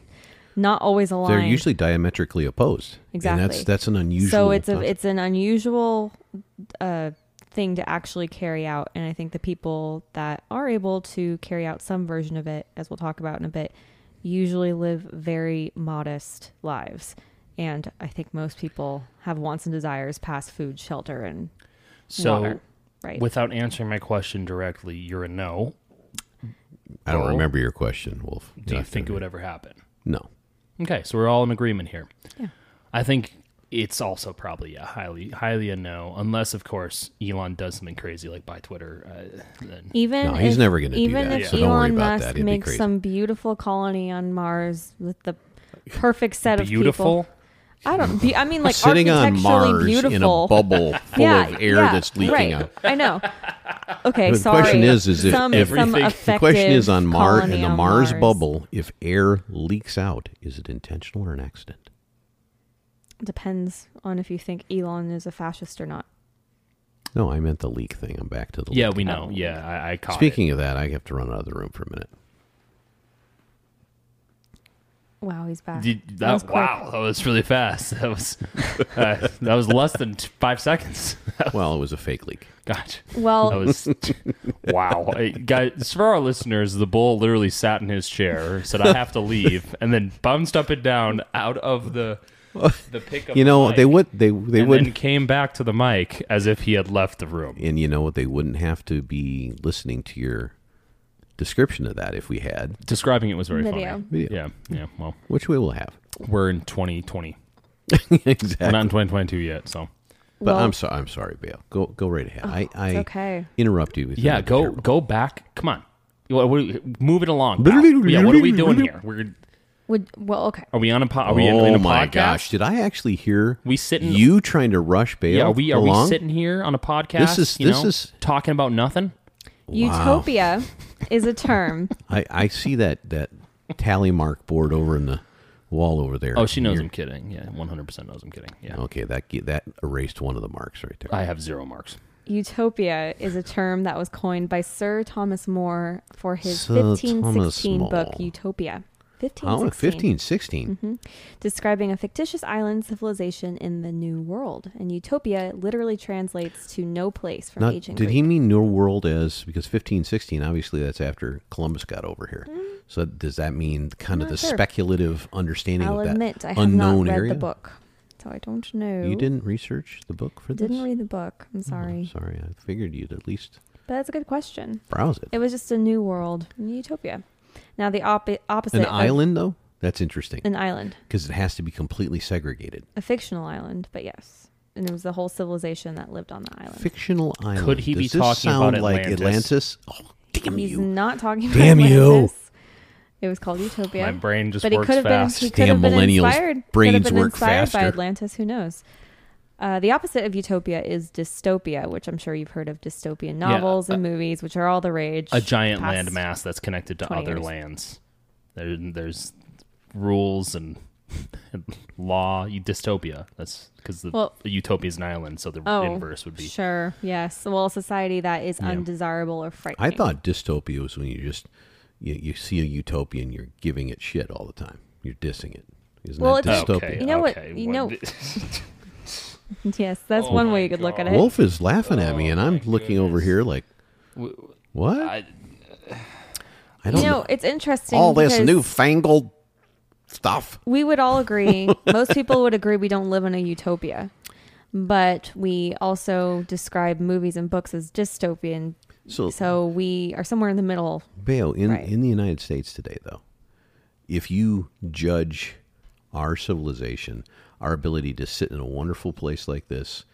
S3: not always aligned.
S2: They're usually diametrically opposed.
S3: Exactly.
S2: And that's that's an unusual
S3: so it's a,
S2: concept.
S3: it's an unusual uh, thing to actually carry out, and I think the people that are able to carry out some version of it, as we'll talk about in a bit, usually live very modest lives. And I think most people have wants and desires past food, shelter, and
S4: So,
S3: water. Right.
S4: without answering my question directly, you're a no.
S2: I don't
S4: Well,
S2: remember your question, Wolf.
S4: Do you think it would ever happen?
S2: No.
S4: Okay, so we're all in agreement here.
S3: Yeah.
S4: I think it's also probably a highly, highly a no, unless of course Elon does something crazy like buy Twitter. Uh, then
S3: even
S2: No, he's
S3: if,
S2: never gonna do
S3: even
S2: that,
S3: if
S2: so don't
S3: Elon
S2: worry about
S3: Musk
S2: that. It'd be
S3: makes
S2: crazy.
S3: some beautiful colony on Mars with the perfect set of
S4: beautiful.
S3: people. I don't. Be, I mean, like
S2: Sitting on
S3: architecturally
S2: Mars
S3: beautiful.
S2: in a bubble full of air
S3: yeah,
S2: that's leaking
S3: right.
S2: out.
S3: I know. Okay,
S2: The
S3: sorry.
S2: question is, is if
S3: some,
S2: everything-
S3: some
S2: The question is on Mars
S3: and
S2: in the Mars, bubble, if air leaks out, is it intentional or an accident?
S3: Depends on if you think Elon is a fascist or not.
S2: No, I meant the leak thing. I'm back to the
S4: Yeah,
S2: leak.
S4: we
S3: Oh.
S4: know. Yeah, I, I caught
S2: Speaking of that, I have to run out of the room for a minute.
S3: Wow, he's back.
S4: it. Did- that,
S3: was quick.
S4: wow, that was really fast. That was uh, that was less than t- five seconds.
S2: Well, it was a fake leak.
S4: Gotcha.
S3: Well,
S4: That was wow, Hey, guys. For our listeners, the bull literally sat in his chair, said, "I have to leave," and then bounced up and down out of the the pickup.
S2: You know,
S4: mic,
S2: they would they they
S4: and then
S2: wouldn't
S4: came back to the mic as if he had left the room.
S2: and you know what they wouldn't have to be listening to your description of that if we had,
S4: Describing it was very
S3: Video.
S4: funny. Yeah, yeah. Well,
S2: which we will have.
S4: we're in 2020. We're
S2: exactly.
S4: not in 2022 yet, so
S2: But
S3: well, Oh,
S2: I'm sorry. I'm sorry, Bill. Go go right ahead. I, I
S3: okay.
S2: interrupt you. With
S4: yeah.
S2: another
S4: Go
S2: terrible-
S4: go back. Come on. What, what, move it along. pal. yeah. What are we doing here? We're
S3: Would well, okay.
S4: are we on a po- are we in,
S2: oh
S4: in a
S2: my
S4: podcast?
S2: gosh! Did I actually hear
S4: We sitting-
S2: You trying to rush bail?
S4: Yeah, are we are
S2: along?
S4: we sitting here on a podcast?
S2: This is-
S4: you
S2: this
S4: know,
S2: is-
S4: talking about nothing.
S3: Utopia is a term.
S2: I, I see that that tally mark board over in the wall over there.
S4: Oh, she knows
S2: You're- Oh.
S4: I'm kidding. Yeah, 100 percent knows I'm kidding. Yeah,
S2: Okay, that ge- that erased one of the marks right there.
S4: I have zero marks.
S3: Utopia is a term that was coined by Sir Thomas More for his
S2: Sir
S3: 1516
S2: Thomas
S3: book
S2: More.
S3: Utopia.
S2: Oh,
S3: 1516.
S2: 15, 16.
S3: Mm-hmm. describing a fictitious island civilization in the New World. And utopia literally translates to no place from
S2: Now,
S3: ancient
S2: did
S3: Greek.
S2: he mean New World as because 15, 16, Obviously, that's after Columbus got over here. So does that mean kind of
S3: Mm-hmm. not
S2: the
S3: sure.
S2: speculative understanding
S3: I'll
S2: of that
S3: admit, I have not
S2: unknown
S3: read
S2: area?
S3: the book, so I don't know.
S2: You didn't research the book for this.
S3: Didn't read the book. I'm
S2: Oh,
S3: sorry,
S2: sorry, I figured you'd at least
S3: but that's a good question.
S2: browse it.
S3: It was just a new world, utopia. Now the op- opposite
S2: An
S3: of-
S2: island, though, that's interesting
S3: an island,
S2: because it has to be completely segregated.
S3: a fictional island, but yes, and it was the whole civilization that lived on the island.
S2: Fictional island.
S4: Could he
S2: Does
S4: be
S2: this
S4: talking
S2: sound
S4: about
S2: like
S4: Atlantis?
S2: Atlantis? Oh, damn
S3: He's
S2: you!
S3: not talking
S2: Damn
S3: about
S2: you.
S3: Atlantis. It was called utopia.
S4: My brain just
S3: but he
S4: works
S3: could have been
S4: fast.
S3: he could have
S2: Damn
S3: been
S2: millennials'
S3: inspired could have
S2: brains
S3: been
S2: work
S3: inspired by
S2: faster.
S3: Atlantis who knows uh, the opposite of utopia is dystopia which I'm sure you've heard of dystopian novels and movies which are all the rage
S4: uh, a giant
S3: past-
S4: land mass that's connected to
S3: 20
S4: other
S3: years.
S4: lands. There, there's rules and, and law. Dystopia. That's because the
S3: Well-
S4: utopia is an island, so the
S3: oh
S4: inverse would be.
S3: sure yes well a society that is undesirable or frightening
S2: I thought dystopia was when you just you, you see a utopia and you're giving it shit all the time. You're dissing it. Isn't
S3: Well,
S2: that
S4: Okay,
S2: dystopia?
S3: You know what-
S4: okay,
S3: you
S4: what-
S3: know- yes that's
S4: Oh
S3: one way
S4: my
S3: you could look at
S4: God.
S3: it
S2: Wolf is laughing at me, and I'm looking over here like,
S4: Oh, W-
S2: what? I,
S4: I-
S2: don't
S3: you know it's interesting
S2: all this
S3: because
S2: newfangled stuff.
S3: we would all agree most people would agree we don't live in a utopia but we also describe movies and books as dystopian
S2: So,
S3: So we are somewhere in the middle.
S2: Bayo, in
S3: Right.
S2: in the United States today, though, if you judge our civilization, our ability to sit in a wonderful place like this,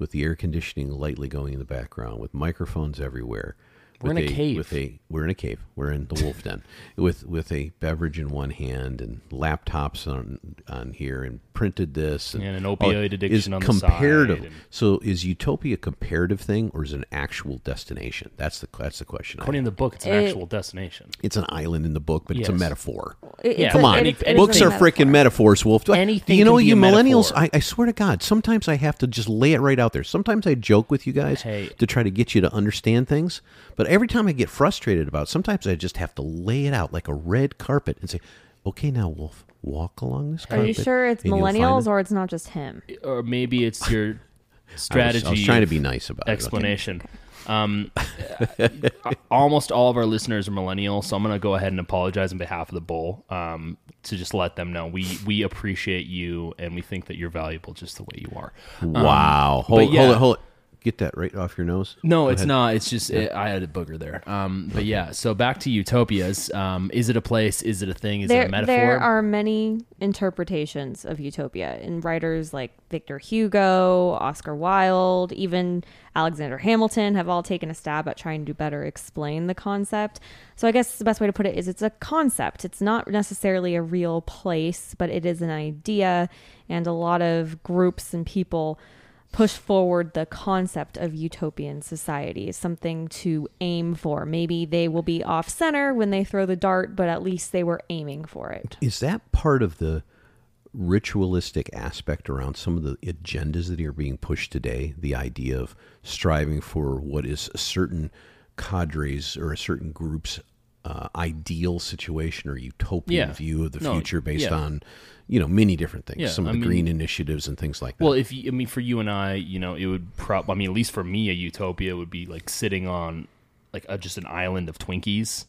S2: with the air conditioning lightly going in the background, with microphones everywhere,
S4: We're in
S2: with
S4: a cave.
S2: With a we're in a cave. We're in the wolf den with with a beverage in one hand and laptops on on here and printed this
S4: And an
S2: oh,
S4: opioid addiction
S2: is
S4: on the
S2: comparative.
S4: side and-
S2: So is utopia a comparative thing or is it an actual destination? That's the that's the question. I
S4: According
S2: have.
S4: to the book, it's an
S3: It-
S4: actual destination.
S2: it's an island in the book, but it's a
S4: Yes.
S2: metaphor.
S3: It-
S4: Yeah.
S3: it's
S2: Come
S3: a-
S2: on,
S3: it is- it is
S2: books
S3: a
S2: are
S3: metaphor.
S2: freaking metaphors, Wolf. Do I-
S4: Anything
S2: you know,
S4: can be
S2: you
S4: a
S2: millennials.
S4: metaphor.
S2: I, I swear to God, sometimes I have to just lay it right out there. Sometimes I joke with you guys
S4: Hey.
S2: to try to get you to understand things, but every time I get frustrated about, it, sometimes I just have to lay it out like a red carpet and say, "Okay, now, Wolf, walk along this
S3: Are
S2: carpet."
S3: you sure it's
S2: and you'll find
S3: millennials
S2: it."
S3: or it's not just him?
S4: Or maybe it's your
S2: I was-
S4: strategy.
S2: I was, trying to
S4: of-
S2: be nice about it, okay?
S4: explanation. Um, uh, almost all of our listeners are millennials, so I'm going to go ahead and apologize on behalf of the bull um, to just let them know we we appreciate you and we think that you're valuable just the way you are.
S2: Wow, hold,
S4: Um, yeah.
S2: hold it, hold it. Get that right off your nose.
S4: No, it's not. It's just it, I had a booger there. Um, but yeah, so back to utopias. Um, is it a place? Is it a thing? Is it
S3: there,
S4: a metaphor?
S3: there are many interpretations of utopia, and writers like Victor Hugo, Oscar Wilde, even Alexander Hamilton have all taken a stab at trying to better explain the concept. So, I guess the best way to put it is it's a concept. It's not necessarily a real place, but it is an idea, and a lot of groups and people push forward the concept of utopian society, something to aim for. Maybe they will be off center when they throw the dart, but at least they were aiming for it.
S2: Is that part of the ritualistic aspect around some of the agendas that are being pushed today? The idea of striving for what is a certain cadres or a certain group's uh, ideal situation or utopian
S4: Yeah.
S2: view of the
S4: No,
S2: future based
S4: yeah.
S2: on, you know, many different things.
S4: Yeah,
S2: some of
S4: I
S2: the
S4: mean-
S2: green initiatives and things like that.
S4: Well, if you, I mean for you and I, you know, it would prob. I mean, at least for me, a utopia would be like sitting on like a, just an island of Twinkies.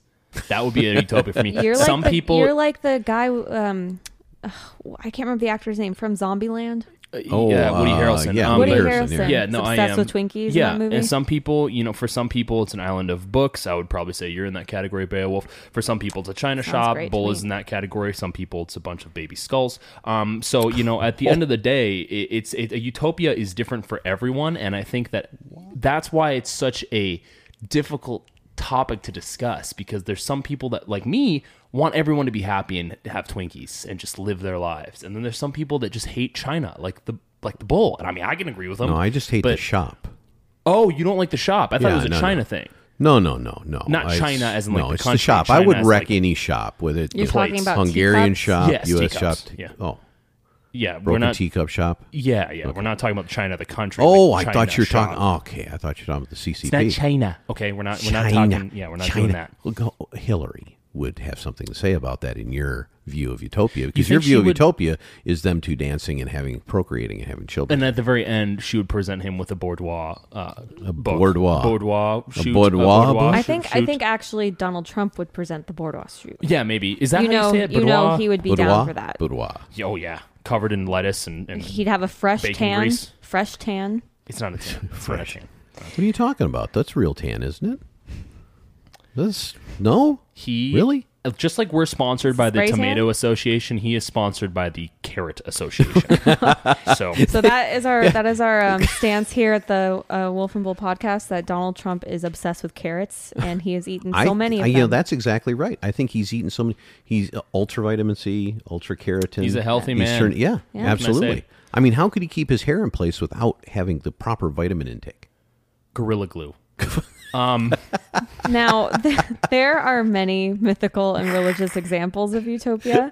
S4: That would be a utopia for me.
S3: You're like
S4: Some
S3: the,
S4: people, uh,
S3: You're like the guy. Um, ugh, I can't remember the actor's name from Zombieland.
S2: Oh,
S4: yeah, Woody
S2: uh,
S4: Harrelson.
S2: yeah,
S4: Um,
S3: Woody
S4: but-
S2: Harrelson,
S3: Harrelson.
S4: Yeah, no,
S3: is
S4: I
S3: obsessed
S4: am.
S3: with Twinkies
S4: Yeah,
S3: in that movie.
S4: and some people, you know, for some people, it's an island of books. I would probably say you're in that category, Beowulf. For some people, it's a China
S3: Sounds
S4: shop.
S3: great to
S4: Bull is
S3: me.
S4: in that category. Some people, it's a bunch of baby skulls. Um, so you know, at the end of the day, it, it's it, a utopia is different for everyone, and I think that that's why it's such a difficult topic to discuss because there's some people that like me want everyone to be happy and have Twinkies and just live their lives, and then there's some people that just hate China, like the like the bull. And I mean, I can agree with them.
S2: no, I just hate the
S4: Oh, but-
S2: shop.
S4: Oh, you don't like the shop? I thought
S2: Yeah,
S4: it was a
S2: no, no.
S4: China thing.
S2: No, no, no, no.
S4: Not
S2: I-
S4: China as in, like,
S2: no,
S4: the
S2: it's
S4: country.
S2: the shop. I
S4: China
S2: would
S4: as,
S2: wreck
S4: like-
S2: any shop, whether it's
S3: You're
S2: the
S3: talking
S4: plates.
S3: about
S2: Hungarian
S3: teacups?
S2: shop,
S4: Yes,
S2: U.S. shop.
S4: teacups. Yeah.
S2: Oh,
S4: Yeah, we're
S2: broken
S4: not.
S2: teacup shop.
S4: Yeah, yeah, we're not talking about China, the country.
S2: Oh,
S4: like
S2: I
S4: China
S2: thought you were
S4: shop.
S2: talking. Oh, okay, I thought you were talking about the CCP.
S4: It's not China. Okay, we're not. We're not talking. Yeah, we're not doing that.
S2: Well, go, Hillary would have something to say about that in your view of utopia,
S4: You
S2: because
S4: think
S2: your
S4: she
S2: view of
S4: would-
S2: utopia is them two dancing and having procreating and having children.
S4: And at the very end, she would present him with a bourgeois. Uh, a
S2: boudoir.
S4: Boudoir. Shoot, a
S2: boudoir
S4: boudoir
S2: book?
S3: I
S4: shoot,
S3: think I
S4: shoot.
S3: think actually Donald Trump would present the Bordeaux shoot.
S4: Yeah, maybe. Is that
S3: you
S4: how
S3: know,
S4: you say it?
S3: you know,
S4: Boudoir?
S3: he would be
S2: boudoir,
S3: down for that.
S2: Boudoir.
S4: Oh yeah, covered in lettuce and, and
S3: He'd have a fresh
S4: Bacon
S3: tan,
S4: grease.
S3: fresh tan.
S4: it's not a tan. It's not a tan.
S2: What are you talking about? That's real tan, isn't it? That's no.
S4: He uh,
S2: Really?
S4: just like we're sponsored by the
S3: Spray tan?
S4: Tomato Association. He is sponsored by the Carrot Association. so
S3: So that is our that is our um, stance here at the uh, Wolf and Bull podcast that Donald Trump is obsessed with carrots and he has eaten so
S2: I,
S3: many of
S2: I,
S3: them.
S2: You know, that's exactly right. I think he's eaten so many. He's ultra vitamin C, ultra keratin.
S4: He's a healthy
S2: he's
S4: man.
S2: turned- yeah,
S3: Yeah.
S4: Can I
S2: absolutely.
S4: say?
S2: I mean, how could he keep his hair in place without having the proper vitamin intake?
S4: Gorilla Glue.
S3: now th- there are many mythical and religious examples of utopia.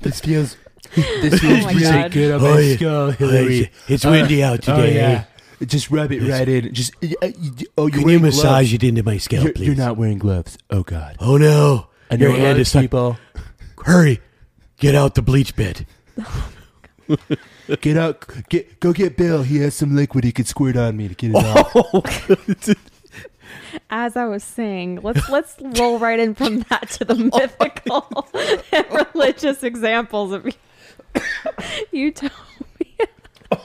S6: This feels. This feels
S3: Oh my
S6: really
S3: God.
S6: good on my
S7: Oh, yeah.
S6: skull,
S7: Hey,
S6: Hillary.
S7: it's windy out
S6: Oh
S7: today.
S6: yeah. Just rub it right in. Just uh, uh, you- oh, you're
S7: Can you
S6: wearing
S7: massage
S6: gloves.
S7: it into my scalp,
S6: You're,
S7: please?
S6: you're not wearing gloves. Oh God.
S7: Oh no!
S6: I know
S7: Your
S6: a lot
S7: hand
S6: of
S7: is stuck.
S6: people.
S7: Hurry! Get out the bleach bed.
S6: Get out. Get go get Bill. He has some liquid he could squirt on me to get it off.
S3: As I was saying, let's let's roll right in from that to
S4: Oh
S3: the mythical and religious examples of
S4: Oh
S3: utopia. You're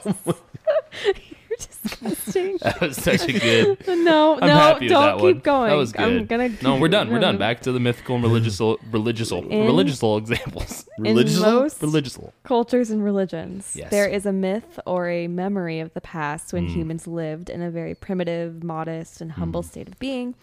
S3: disgusting.
S4: That was such a good.
S3: No,
S4: I'm
S3: no,
S4: happy with
S3: don't
S4: that
S3: keep
S4: one.
S3: going.
S4: That was good.
S3: I'm gonna.
S4: no,
S3: keep-
S4: we're done. We're
S3: no,
S4: done.
S3: no.
S4: Back to the mythical and religious, religious, religious examples.
S3: In most
S4: religious.
S3: cultures and religions,
S4: Yes. Mm.
S3: there is a myth or a memory of the past when humans lived in a very primitive, modest, and humble state of being,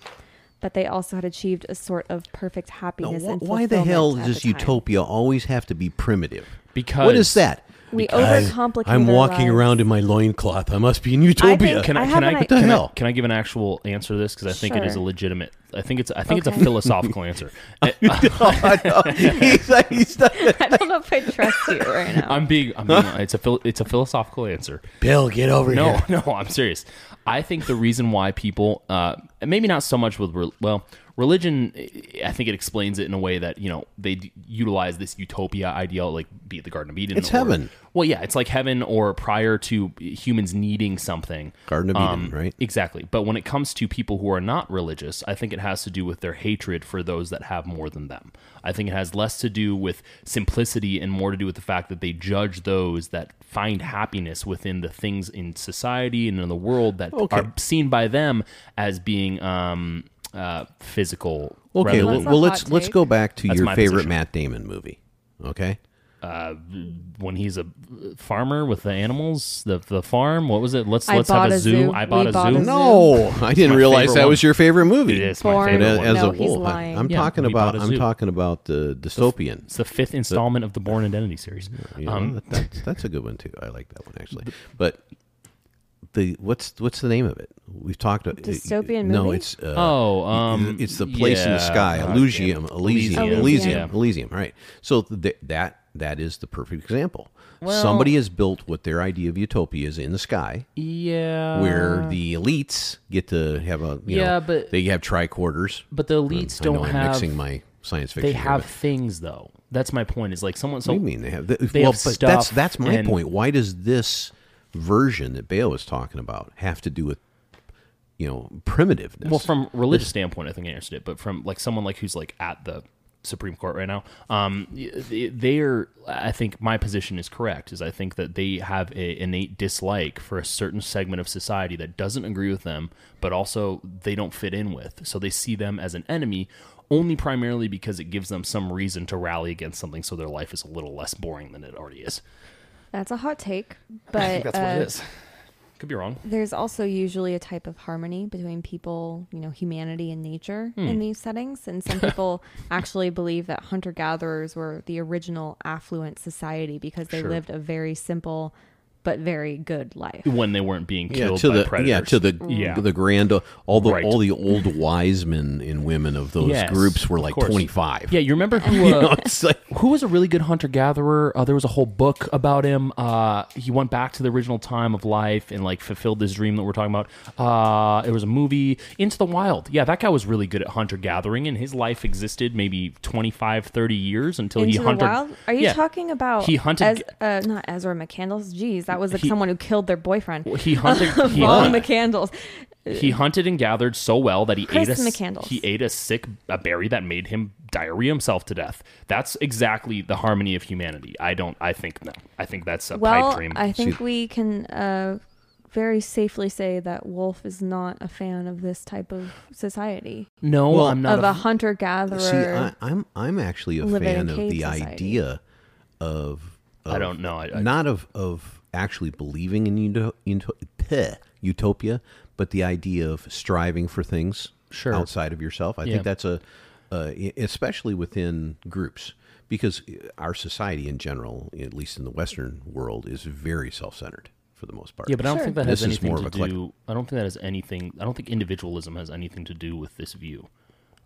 S3: but they also had achieved a sort of perfect
S2: Now,
S3: happiness.
S2: wh-
S3: and
S2: why the hell
S3: fulfillment at
S2: does
S3: the time.
S2: utopia always have to be primitive?
S4: Because
S2: what is that?
S3: We
S7: Because
S3: overcomplicate.
S7: I'm
S3: their
S7: walking
S3: lives.
S7: around in my loincloth. I must be in utopia.
S3: think-
S4: Can I,
S3: I
S4: can
S3: have
S4: I,
S3: an i-
S4: can,
S7: What the
S4: I-
S7: hell?
S4: can I give an actual answer to this? Because I think it is a
S3: Sure.
S4: legitimate. I think it's. I think it's
S3: Okay.
S4: a philosophical answer. I,
S2: he's like, he's not-
S3: I don't know if I trust you right now.
S4: am being. I'm being it's a. phil- It's a philosophical answer.
S7: Bill, get over
S4: No,
S7: here.
S4: no, I'm serious. I think the reason why people, uh, maybe not so much with re- well, religion. I think it explains it in a way that you know they d- utilize this utopia ideal, like be it the Garden of Eden.
S2: It's
S4: or-
S2: heaven.
S4: Well, yeah, it's like heaven, or prior to humans needing something. Um,
S2: Garden of Eden, right?
S4: Exactly. But when it comes to people who are not religious, I think it has to do with their hatred for those that have more than them. I think it has less to do with simplicity and more to do with the fact that they judge those that find happiness within the things in society and in the world that are seen by them as being um, uh, physical.
S2: Okay,
S4: rather
S2: well,
S4: than-
S2: well,
S3: hot
S2: let's let's
S3: take.
S2: go back to
S4: That's
S2: your
S4: my
S2: favorite
S4: position.
S2: Matt Damon movie. Okay,
S4: when he's a uh, farmer with the animals, the the farm. What was it? Let's
S3: I
S4: let's have
S3: bought
S4: a
S3: a
S4: zoo.
S3: zoo.
S4: I
S3: We
S4: bought a
S3: bought a
S4: zoo.
S3: zoo.
S2: no, I didn't
S4: my
S2: realize
S4: favorite
S2: that
S4: one.
S2: was your favorite movie.
S4: It is
S3: Born-
S4: my
S2: But
S4: favorite
S2: as,
S4: one.
S2: as
S3: No,
S2: a
S3: he's
S2: whole, I,
S3: lying.
S2: am
S4: Yeah,
S2: talking
S4: we bought
S2: about
S4: a
S2: I'm
S4: zoo.
S2: talking about the dystopian.
S4: It's the fifth installment of the Born Identity series.
S2: You know,
S4: Um,
S2: that- that's, that's a good one too. I like that one actually. But the what's what's the name of it? We've talked about
S3: Dystopian
S2: No,
S3: movie?
S2: it's uh,
S4: oh, um,
S2: it's the place in the
S4: yeah.
S2: sky,
S4: Oh,
S2: Elysium,
S4: damn it.
S2: Elysium, Elysium,
S3: Elysium.
S2: Elysium.
S4: Yeah.
S2: Right. So th- that that is the perfect example. Somebody has built what their idea of utopia is in the sky,
S4: Yeah.
S2: where the elites get to have a you
S4: Uh, Yeah,
S2: know,
S4: but-
S2: they have tricorders.
S4: But the elites
S2: I know
S4: don't
S2: I'm
S4: have.
S2: mixing my science fiction.
S4: they
S2: here,
S4: have
S2: but-
S4: things though. That's my point. Is like someone. So
S2: What do you mean they have? They,
S4: They
S2: well,
S4: have
S2: but that's
S4: stuff
S2: that's my
S4: and-
S2: point. Why does this version that Bale was talking about have to do with you know primitiveness?
S4: Well, from religious standpoint, I think I answered it. But from like someone like who's like at the Supreme Court right now, um, they- they're. I think my position is correct. Is I think that they have a innate dislike for a certain segment of society that doesn't agree with them, but also they don't fit in with. So they see them as an enemy. Only primarily because it gives them some reason to rally against something, so their life is a little less boring than it already is.
S3: That's a hot take, but
S4: I think that's what
S3: uh,
S4: it is. Could be wrong.
S3: there's also usually a type of harmony between people, you know, humanity and nature
S4: Hmm.
S3: in these settings. And some people actually believe that hunter gatherers were the original affluent society because they
S4: Sure.
S3: lived a very simple but very good life.
S4: When they weren't being
S2: yeah,
S4: killed
S2: to
S4: by
S2: the
S4: predators.
S2: yeah to the
S4: Yeah.
S2: the grand all the
S4: Right.
S2: all the old wise men and women of those
S4: Yes,
S2: groups were
S4: of
S2: like
S4: course.
S2: twenty five.
S4: Yeah, you remember who? Uh,
S2: it's like
S4: who was a really good hunter gatherer? Uh, there was a whole book about him. Uh, he went back to the original time of life and like fulfilled this dream that we're talking about. Uh, there was a movie, Into the Wild. Yeah, that guy was really good at hunter gathering, and his life existed maybe 25, 30 years until
S3: Into
S4: he
S3: the
S4: hunter.
S3: wild? Are you
S4: Yeah.
S3: talking about
S4: He hunted-
S3: Ez- uh, not Ezra McCandles? Geez, that was like
S4: He-
S3: someone who killed their boyfriend.
S4: He hunted. he,
S3: Vaughn
S4: hunt-
S3: McCandles.
S4: he hunted and gathered so well that he
S3: Chris
S4: ate a
S3: McCandles.
S4: he ate a sick a berry that made him diarrhea himself to death. That's exactly the harmony of humanity. I don't. I think no. I think that's a pipe
S3: Well,
S4: dream.
S3: I think we can uh, very safely say that Wolf is not a fan of this type of society.
S4: no, I'm not.
S3: of
S4: a-
S3: a hunter gatherer.
S2: see, I, I'm I'm actually a
S3: Live in a
S2: fan of
S3: cave
S2: the
S3: society.
S2: idea of, of
S4: I don't know. I, I,
S2: not of of actually believing in uto- into- peh, utopia, but the idea of striving for things
S4: Sure.
S2: outside of yourself. I
S4: Yeah.
S2: think that's a uh, e- especially within groups because our society in general, at least in the Western world, is very self centered for the most part.
S4: yeah, but I don't think that
S2: This
S4: has
S2: is
S4: anything
S2: more
S4: to
S2: of a collect-
S4: do. I don't think that has anything. I don't think individualism has anything to do with this view.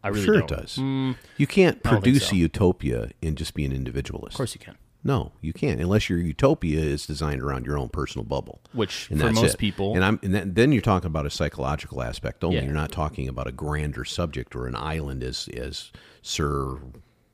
S4: I really
S2: sure
S4: don't. Mm.
S2: it does. you can't
S4: I don't think
S2: produce
S4: so.
S2: a utopia and just be an individualist.
S4: Of course you can.
S2: No, you can't unless your utopia is designed around your own personal bubble.
S4: Which,
S2: and
S4: for
S2: that's
S4: most
S2: it.
S4: people-
S2: and I'm and then- then you're talking about a psychological aspect only.
S4: Yeah.
S2: You're not talking about a grander subject or an island as as Sir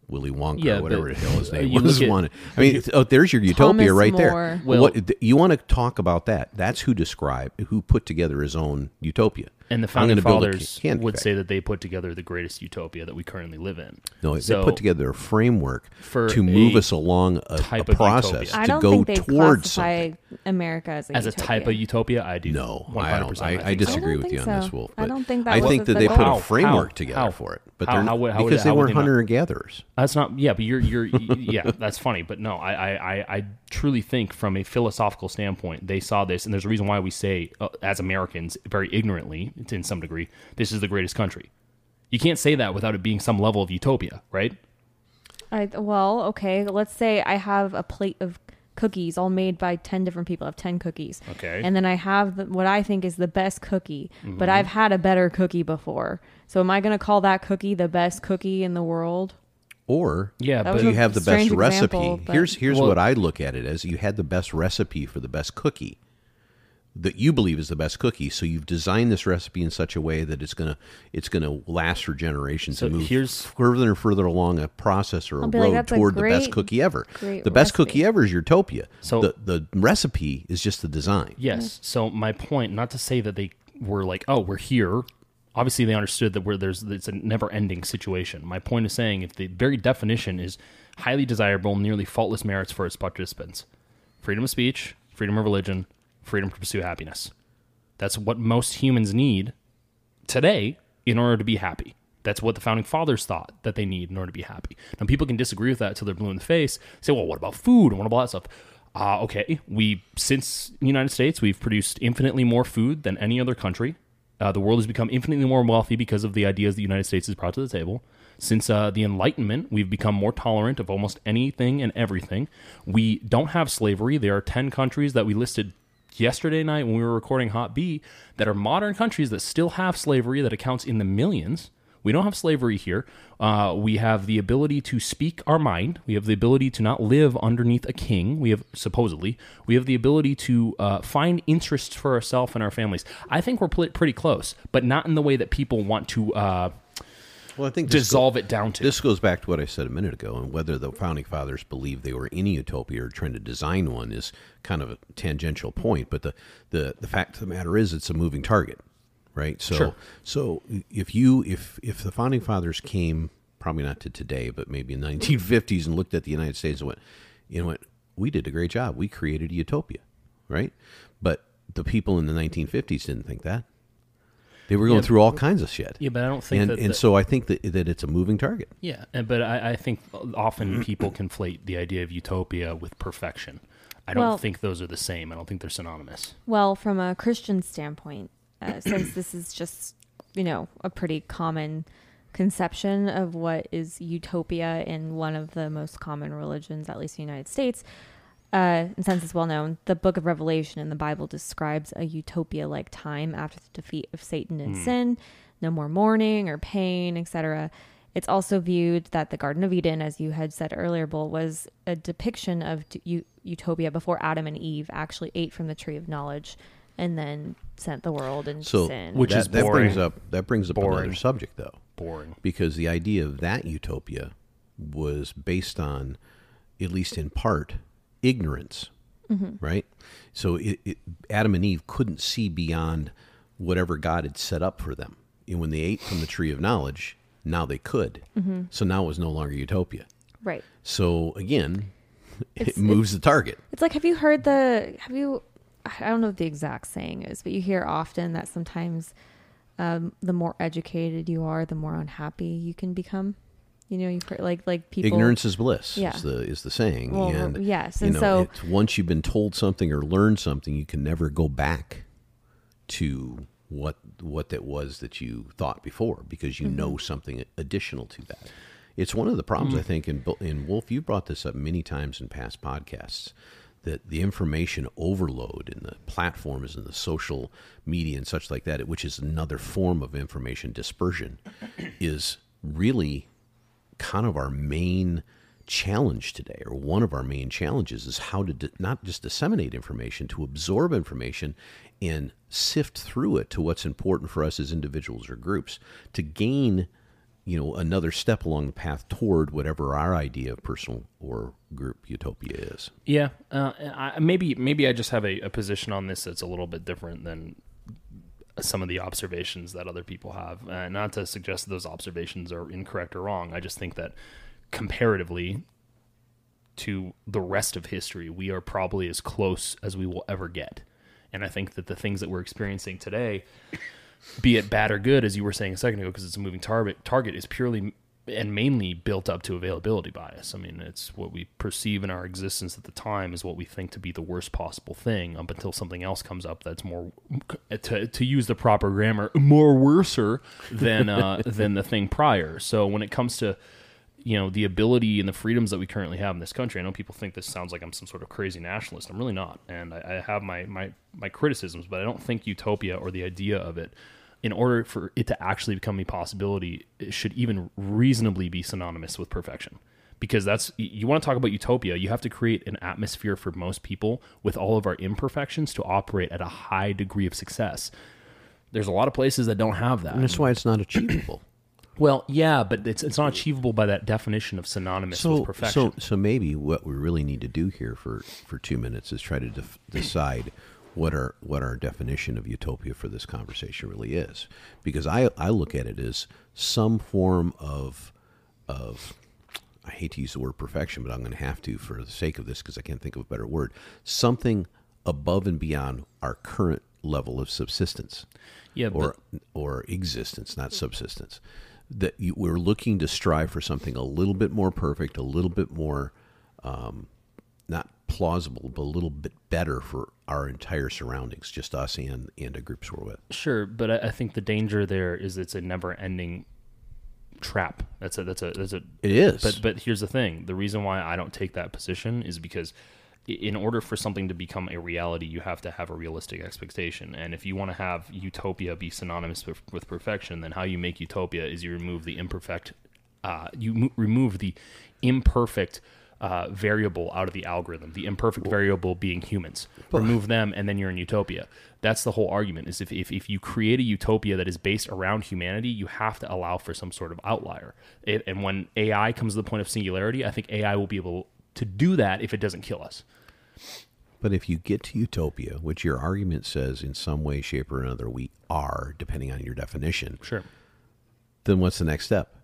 S2: Willy Wonka
S4: Yeah,
S2: or whatever the
S4: but,
S2: hell his
S4: uh,
S2: name
S4: you
S2: was
S4: look at-
S2: wanted. I mean, it's- oh, there's your utopia
S3: Thomas
S2: right there.
S3: More.
S4: Well-
S2: what you want to talk about that? That's who described who put together his own utopia.
S4: And the
S2: I'm
S4: founding
S2: gonna build a
S4: fathers
S2: candy
S4: would
S2: factory.
S4: say that they put together the greatest utopia that we currently live in.
S2: No,
S4: So-
S2: they put together a framework
S4: For
S2: to move
S4: a
S2: us along a,
S4: type
S2: a
S4: of
S2: process
S4: utopia.
S3: I
S2: to
S3: don't
S2: go
S3: think they
S2: towards
S3: classify
S2: something.
S3: America as a
S4: as a
S3: utopia.
S4: type of utopia. I do.
S2: No, I don't.
S4: 100%,
S2: I, I
S4: think so.
S2: disagree
S3: I don't
S2: with you on
S3: think
S2: this,
S3: so.
S2: Wolf.
S3: I
S2: but
S3: don't think that
S2: I
S3: was
S2: think
S3: the
S2: that they
S3: goal.
S2: put
S4: How-
S2: a framewould
S4: how-
S2: together
S4: how-
S2: for it, but
S4: how-
S2: they're
S4: how would- how would
S2: because
S4: they-
S2: they
S4: how would
S2: were
S4: they not-
S2: hunter gatherers.
S4: That's not. Yeah, but you're you're y- yeah. That's funny, but no. I, I I I truly think from a philosophical standpoint, they saw this, and there's a reason why we say uh, as Americans, very ignorantly, to in some degree, this is the greatest country. You can't say that without it being some level of utopia, right?
S3: I, well, okay. Let's say I have a plate of cookies all made by 10 different people. I have 10 cookies.
S4: Okay.
S3: And then I have the, what I think is the best cookie, but I've had a better cookie before. So am I going to call that cookie the best cookie in the world?
S2: Or
S4: Yeah,
S3: That
S4: but
S3: was
S2: you
S3: a
S2: have the best
S3: strange
S2: recipe.
S3: example, but-
S2: here's here's
S4: Well-
S2: what I look at it as: you had the best recipe for the best cookie that you believe is the best cookie. So you've designed this recipe in such a way that it's gonna it's gonna last for generations
S4: So
S2: and move
S4: here's-
S2: further and further along a process or a
S3: I'll be like,
S2: road
S3: "That's a
S2: toward the best
S3: great-
S2: cookie ever.
S3: great
S2: The best cookie
S3: recipe."
S2: ever is utopia.
S4: So-
S2: the the recipe is just the design.
S4: Yes. So my point, not to say that they were like, oh, we're here. Obviously, they understood that we're there's it's a never-ending situation. My point is saying, if the very definition is highly desirable, nearly faultless merits for its participants, freedom of speech, freedom of religion, freedom to pursue happiness. That's what most humans need today in order to be happy. That's what the founding fathers thought that they need in order to be happy. Now, people can disagree with that till they're blue in the face. Say, well, what about food and what about that stuff? Ah, okay. We since the United States, we've produced infinitely more food than any other country. Uh, the world has become infinitely more wealthy because of the ideas the United States has brought to the table. Since uh, the Enlightenment, we've become more tolerant of almost anything and everything. We don't have slavery. There are ten countries that we listed yesterday night when we were recording Hot B that are modern countries that still have slavery that accounts in the millions. We don't have slavery here. Uh, we have the ability to speak our mind. We have the ability to not live underneath a king. We have supposedly we have the ability to uh, find interests for ourselves and our families. I think we're pl- pretty close, but not in the way that people want to uh,
S2: Well, I think this go-
S4: dissolve it down to.
S2: This goes back to what I said a minute ago, and whether the founding fathers believed they were in a utopia or trying to design one is kind of a tangential point. But the the, the fact of the matter is, it's a moving target, right? So
S4: Sure.
S2: so if you if if the founding fathers came probably not to today, but maybe in the 1950s and looked at the United States and went, you know what, we did a great job, we created a utopia, right? But the people in the 1950s didn't think that. They were going through all kinds of shit.
S4: Yeah, but I don't think
S2: and,
S4: that
S2: and
S4: the-
S2: so I think that, that it's a moving target.
S4: Yeah, and- but I, I think often people conflate the idea of utopia with perfection. I don't
S3: Well-
S4: think those are the same. I don't think they're synonymous.
S3: Well, from a Christian standpoint, uh, since this is just, you know, a pretty common conception of what is utopia in one of the most common religions, at least in the United States, uh, and since it's well known, the book of Revelation in the Bible describes a utopia like time after the defeat of Satan and sin, no more mourning or pain, etc. It's also viewed that the Garden of Eden, as you had said earlier, Bull, was a depiction of d- u- utopia before Adam and Eve actually ate from the tree of knowledge and then sent the world into
S2: So
S3: sin.
S4: Which
S2: that,
S4: is
S2: that brings
S4: boring.
S2: up that brings up
S4: Boring.
S2: another subject though,
S4: Boring.
S2: because the idea of that utopia was based on, at least in part, ignorance,
S3: Mm-hmm.
S2: right? So it, it, Adam and Eve couldn't see beyond whatever God had set up for them, and when they ate from the tree of knowledge, now they could.
S3: Mm-hmm.
S2: So now it was no longer utopia.
S3: right.
S2: So again,
S3: It's-
S2: it moves the target.
S3: It's like, have you heard the, have you, I don't know what the exact saying is, but you hear often that sometimes um, the more educated you are, the more unhappy you can become. You know, you've heard like, like people.
S2: ignorance is bliss
S3: Yeah.
S2: is the is the saying
S3: Well,
S2: and
S3: yes,
S2: you
S3: and
S2: know,
S3: so-
S2: it's, once you've been told something or learned something you can never go back to what what that was that you thought before because you
S3: Mm-hmm.
S2: know something additional to that it's one of the
S3: Mm.
S2: problems i think in Bo- in wolf you brought this up many times in past podcasts that the information overload in the platforms and the social media and such like that which is another form of information dispersion is really kind of our main challenge today or one of our main challenges is how to di- not just disseminate information to absorb information and sift through it to what's important for us as individuals or groups to gain you know another step along the path toward whatever our idea of personal or group utopia is
S4: Yeah, uh, I, maybe maybe I just have a, a position on this that's a little bit different than some of the observations that other people have. Uh, not to suggest that those observations are incorrect or wrong. I just think that comparatively to the rest of history, we are probably as close as we will ever get. And I think that the things that we're experiencing today, be it bad or good, as you were saying a second ago, because it's a moving target, target is purely and mainly built up to availability bias. I mean, it's what we perceive in our existence at the time is what we think to be the worst possible thing up until something else comes up that's more, uh, to, to use the proper grammar, more worser than, uh, than the thing prior. So when it comes to, you know the ability and the freedoms that we currently have in this country. I know people think this sounds like I'm some sort of crazy nationalist. I'm really not, and I, I have my, my my criticisms, but I don't think utopia or the idea of it, in order for it to actually become a possibility, it should even reasonably be synonymous with perfection. Because that's y- you want to talk about utopia, you have to create an atmosphere for most people with all of our imperfections to operate at a high degree of success. There's a lot of places that don't have that.
S2: And that's why it's not achievable.
S4: Well, yeah, but it's it's not achievable by that definition of synonymous with
S2: so,
S4: perfection.
S2: so, so maybe what we really need to do here for, for two minutes is try to def- decide what our what our definition of utopia for this conversation really is, because I I look at it as some form of of I hate to use the word perfection, but I'm going to have to for the sake of this because I can't think of a better word. Something above and beyond our current level of subsistence
S4: yeah,
S2: or or existence, not subsistence. That you, we're looking to strive for something a little bit more perfect, a little bit more um, not plausible, but a little bit better for our entire surroundings, just us and and the groups we're with.
S4: but, sure, but I, I think the danger there is it's a never-ending trap. That's a that's a that's a
S2: It is,
S4: But but here's the thing: the reason why I don't take that position is because i- in order for something to become a reality, you have to have a realistic expectation. And if you want to have utopia be synonymous with, with perfection, then how you make utopia is you remove the imperfect, uh, you mo- remove the imperfect. Uh, variable out of the algorithm, the imperfect variable being humans. Remove them, and then you're in utopia. That's the whole argument. Is if, if if you create a utopia that is based around humanity, you have to allow for some sort of outlier. It, and when AI comes to the point of singularity, I think AI will be able to do that if it doesn't kill us.
S2: But if you get to utopia, which your argument says in some way, shape, or another, we are, depending on your definition,
S4: Sure,
S2: then what's the next step?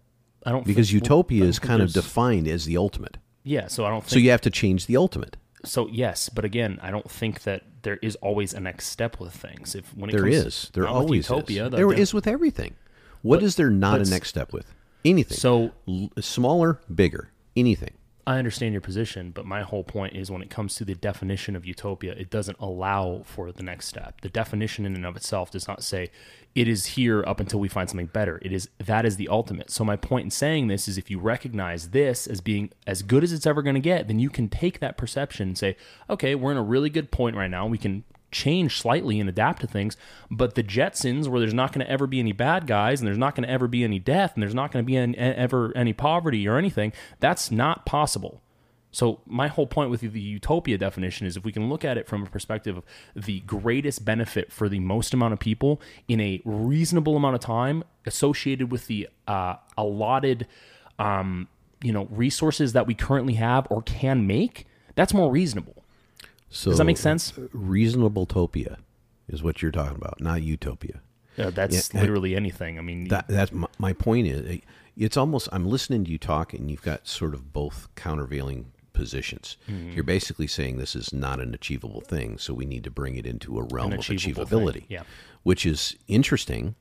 S4: I don't
S2: Because
S4: think-
S2: utopia
S4: I don't
S2: is
S4: think
S2: kind of
S4: there's-
S2: defined as the ultimate.
S4: yeah. So I don't think
S2: So you have to change the ultimate.
S4: so yes, but again, I don't think that there is always a next step with things. If when it
S2: There
S4: comes
S2: is. There
S4: not with
S2: always
S4: utopia,
S2: is.
S4: the-
S2: There
S4: the-
S2: is with everything. What is there not
S4: but
S2: a
S4: s-
S2: next step with? Anything.
S4: So
S2: L- smaller, bigger, anything.
S4: I understand your position, but my whole point is when it comes to the definition of utopia, it doesn't allow for the next step. The definition in and of itself does not say it is here up until we find something better. It is that is the ultimate. So my point in saying this is if you recognize this as being as good as it's ever going to get, then you can take that perception and say, "Okay, we're in a really good point right now. We can change slightly and adapt to things. But the Jetsons, where there's not going to ever be any bad guys, and there's not going to ever be any death, and there's not going to be an, e- ever any poverty or anything, that's not possible. So my whole point with the utopia definition is if we can look at it from a perspective of the greatest benefit for the most amount of people in a reasonable amount of time associated with the uh, allotted um, you know resources that we currently have or can make, that's more reasonable.
S2: So uh,
S4: Does that make sense?
S2: Reasonable topia is what you're talking about, not utopia.
S4: Uh, that's
S2: Yeah, I-
S4: literally anything. I mean,
S2: That that's my, my point is it- it's almost I'm listening to you talk and you've got sort of both countervailing positions.
S4: Mm-hmm.
S2: You're basically saying this is not an achievable thing, so we need to bring it into a realm
S4: An
S2: of
S4: achievable
S2: achievability.
S4: thing, yeah.
S2: Which is interesting,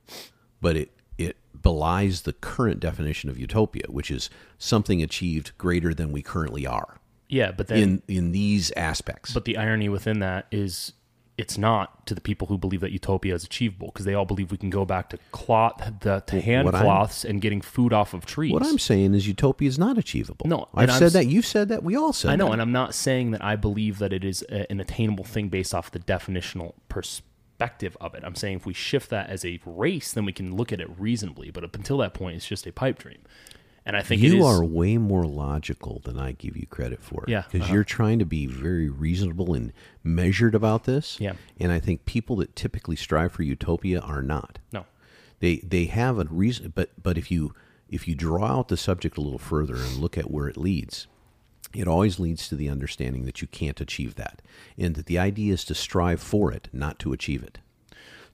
S2: but it it belies the current definition of utopia, which is something achieved greater than we currently are
S4: yeah, but then
S2: in in these aspects.
S4: But the irony within that is it's not to the people who believe that utopia is achievable because they all believe we can go back to cloth the to hand
S2: what I'm-
S4: cloths and getting food off of trees.
S2: what I'm saying is utopia is not achievable.
S4: No,
S2: I've
S4: and I'm
S2: said
S4: s-
S2: that. You've said that. We all said.
S4: I know,
S2: that.
S4: and I'm not saying that I believe that it is a, an attainable thing based off the definitional perspective of it. I'm saying if we shift that as a race, then we can look at it reasonably. But up until that point, it's just a pipe dream. And I think it
S2: you
S4: is-
S2: are way more logical than I give you credit for.
S4: Yeah,
S2: because
S4: uh-huh.
S2: you're trying to be very reasonable and measured about this.
S4: Yeah.
S2: and I think people that typically strive for utopia are not.
S4: no.
S2: They they have a reason, but but if you if you draw out the subject a little further and look at where it leads, it always leads to the understanding that you can't achieve that, and that the idea is to strive for it, not to achieve it.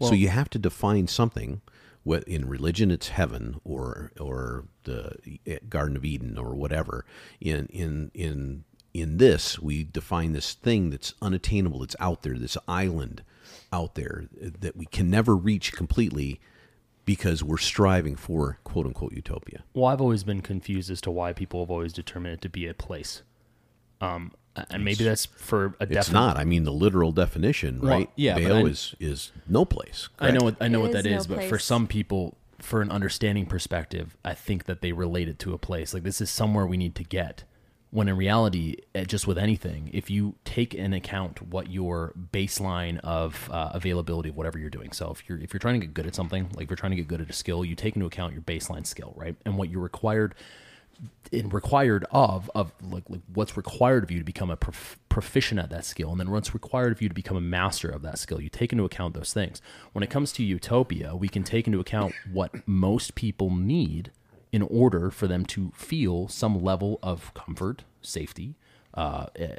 S2: so you have to define something. What in religion it's heaven or or the eh, Garden of Eden or whatever. In in in in this we define this thing that's unattainable, that's out there, this island out there eh, that we can never reach completely because we're striving for quote unquote utopia.
S4: Well, I've always been confused as to why people have always determined it to be a place. Um, and maybe that's for a
S2: It's
S4: definite.
S2: not. I mean, the literal definition,
S8: Well,
S2: right?
S8: yeah, but
S2: Baal
S8: I-
S2: is is no place.
S4: I know
S2: correct?
S4: what I know
S1: It
S4: what that
S1: is no
S4: is, but for
S1: place.
S4: some people, for an understanding perspective, I think that they relate it to a place. Like this is somewhere we need to get. When in reality, eh, just with anything, if you take in account what your baseline of uh, availability of whatever you're doing, so if you're if you're trying to get good at something, like if you're trying to get good at a skill, you take into account your baseline skill, right, and what you're required in required of of like, like what's required of you to become a prof- proficient at that skill and then what's required of you to become a master of that skill you take into account those things when it comes to utopia we can take into account what most people need in order for them to feel some level of comfort safety uh, eh,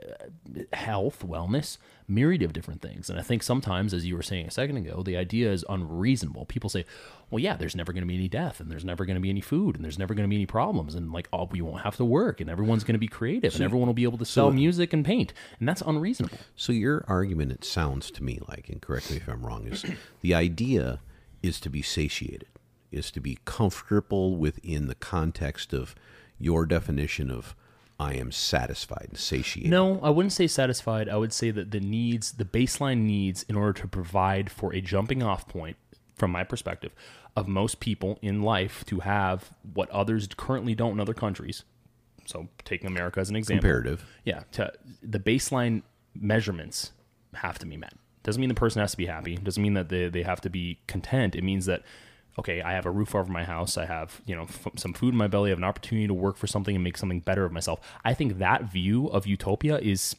S4: health wellness myriad of different things and i think sometimes as you were saying a second ago the idea is unreasonable people say well yeah there's never going to be any death and there's never going to be any food and there's never going to be any problems and like oh we won't have to work and everyone's going to be creative and everyone will be able to sell music and paint and that's unreasonable
S2: So your argument, it sounds to me like, and correct me if I'm wrong, is the idea is to be satiated, is to be comfortable within the context of your definition of I am satisfied and satiated.
S4: No, I wouldn't say satisfied. I would say that the needs, the baseline needs, in order to provide for a jumping off point, from my perspective, of most people in life to have what others currently don't in other countries. So, taking America as an example.
S2: Comparative.
S4: Yeah. To, the baseline measurements have to be met. Doesn't mean the person has to be happy. Doesn't mean that they, they have to be content. It means that, okay, I have a roof over my house. I have, you know, f- some food in my belly. I have an opportunity to work for something and make something better of myself. I think that view of utopia is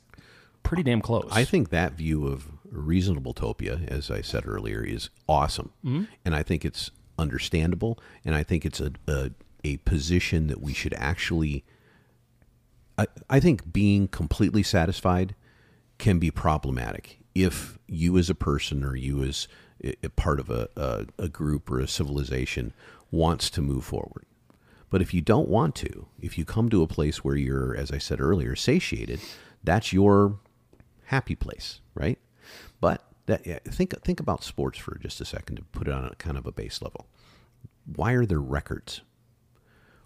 S4: pretty damn close.
S2: I think that view of reasonable topia, as I said earlier, is awesome, and I think it's understandable, and I think it's a a, a position that we should actually. I, I think being completely satisfied can be problematic if you as a person or you as a, a part of a, a, a group or a civilization wants to move forward. But if you don't want to, if you come to a place where you're, as I said earlier, satiated, that's your happy place, right? But that yeah, think think about sports for just a second to put it on a kind of a base level. Why are there records?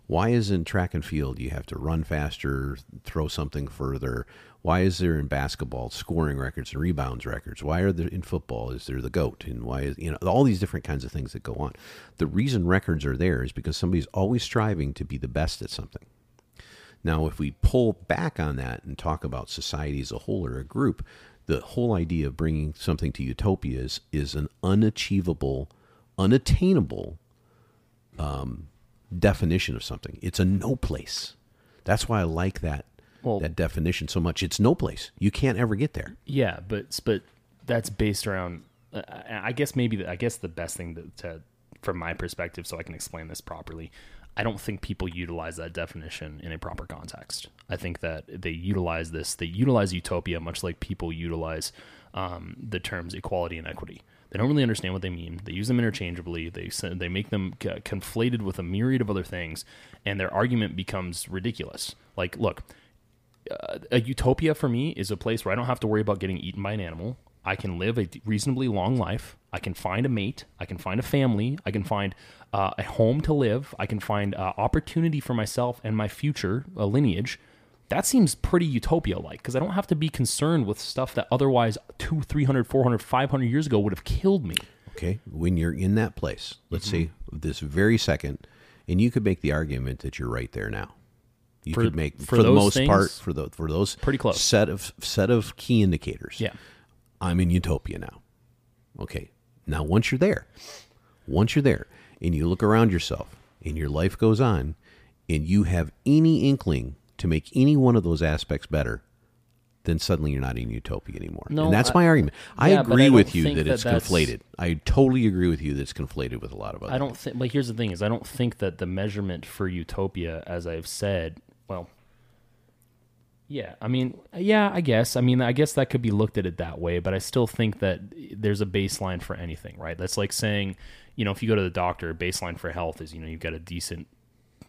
S2: Why is in track and field you have to run faster, throw something further? Why is there in basketball scoring records and rebounds records? Why are there in football is there the goat and why is you know all these different kinds of things that go on? The reason records are there is because somebody's always striving to be the best at something. Now, if we pull back on that and talk about society as a whole or a group, the whole idea of bringing something to utopia is, is an unachievable, unattainable um, definition of something. It's a no place. That's why I like that
S4: Well-
S2: that definition so much. It's no place. You can't ever get there.
S4: Yeah, but but that's based around. I- I I guess maybe the, I guess the best thing to, to from my perspective, so I can explain this properly. I don't think people utilize that definition in a proper context. I think that they utilize this. They utilize utopia much like people utilize um, the terms equality and equity. They don't really understand what they mean. They use them interchangeably. They s- they make them c- conflated with a myriad of other things, and their argument becomes ridiculous. Like, look, a utopia for me is a place where I don't have to worry about getting eaten by an animal. I can live a reasonably long life. I can find a mate. I can find a family. I can find uh, a home to live. I can find uh, opportunity for myself and my future uh, lineage. That seems pretty utopia like because I don't have to be concerned with stuff that otherwise 2, 300, 400, 500 years ago would have killed me.
S2: Okay, when you're in that place, let's
S4: Mm-hmm.
S2: say this very second, and you could make the argument that you're right there now. You
S4: For-
S2: could make for,
S4: for
S2: the
S4: those
S2: most part
S4: things,
S2: for the for those
S4: pretty close.
S2: set of set of key indicators.
S4: Yeah.
S2: I'm in utopia now. Okay, now once you're there, once you're there, and you look around yourself, and your life goes on, and you have any inkling to make any one of those aspects better. Then suddenly you're not in utopia anymore,
S4: No,
S2: and that's
S4: I-
S2: my argument. I
S4: Yeah, but I
S2: agree with
S4: don't
S2: you
S4: think
S2: that,
S4: that
S2: it's
S4: that's-
S2: conflated. I totally agree with you that it's conflated with a lot of other.
S4: I don't think. Like, here's the thing: is I don't think that the measurement for utopia, as I've said, well, Yeah, I mean, yeah, I guess. I mean, I guess that could be looked at it that way, but I still think that there's a baseline for anything, right? That's like saying, you know, if you go to the doctor, baseline for health is, you know, you've got a decent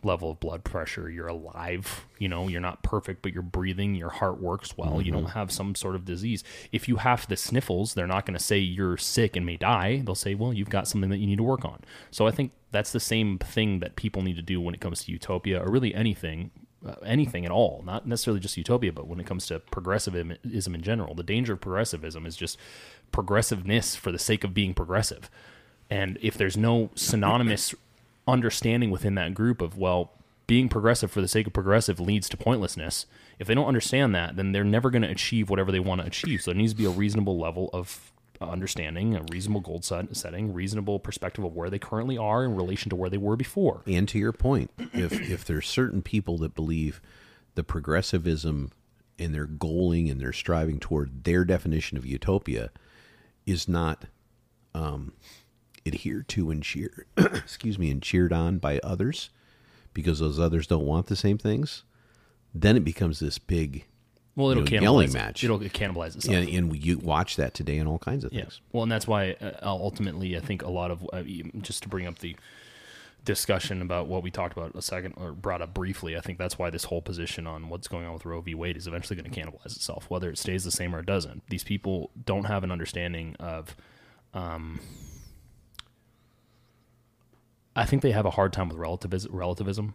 S4: level of blood pressure, you're alive, you know, you're not perfect, but you're breathing, your heart works well, you don't have some sort of disease. If you have the sniffles, they're not going to say you're sick and may die. They'll say, well, you've got something that you need to work on. So I think that's the same thing that people need to do when it comes to utopia or really anything uh, anything at all, not necessarily just utopia, but when it comes to progressivism in general, the danger of progressivism is just progressiveness for the sake of being progressive. And if there's no synonymous understanding within that group of, well, being progressive for the sake of progressive leads to pointlessness, if they don't understand that, then they're never going to achieve whatever they want to achieve. So there needs to be a reasonable level of understanding, a reasonable goal set, setting, reasonable perspective of where they currently are in relation to where they were before.
S2: And to your point, if if there's certain people that believe the progressivism and their goaling and their striving toward their definition of utopia is not um, adhered to and cheered, excuse me, and cheered on by others, because those others don't want the same things, then it becomes this big
S4: Well, it'll
S2: you know,
S4: cannibalize.
S2: yelling match.
S4: It'll cannibalize itself.
S2: and, and you watch that today in all kinds of things.
S4: Well, and that's why uh, ultimately I think a lot of uh, just to bring up the discussion about what we talked about a second or brought up briefly, I think that's why this whole position on what's going on with Roe v. Wade is eventually going to cannibalize itself, whether it stays the same or it doesn't. These people don't have an understanding of. Um, I think they have a hard time with relativis- relativism.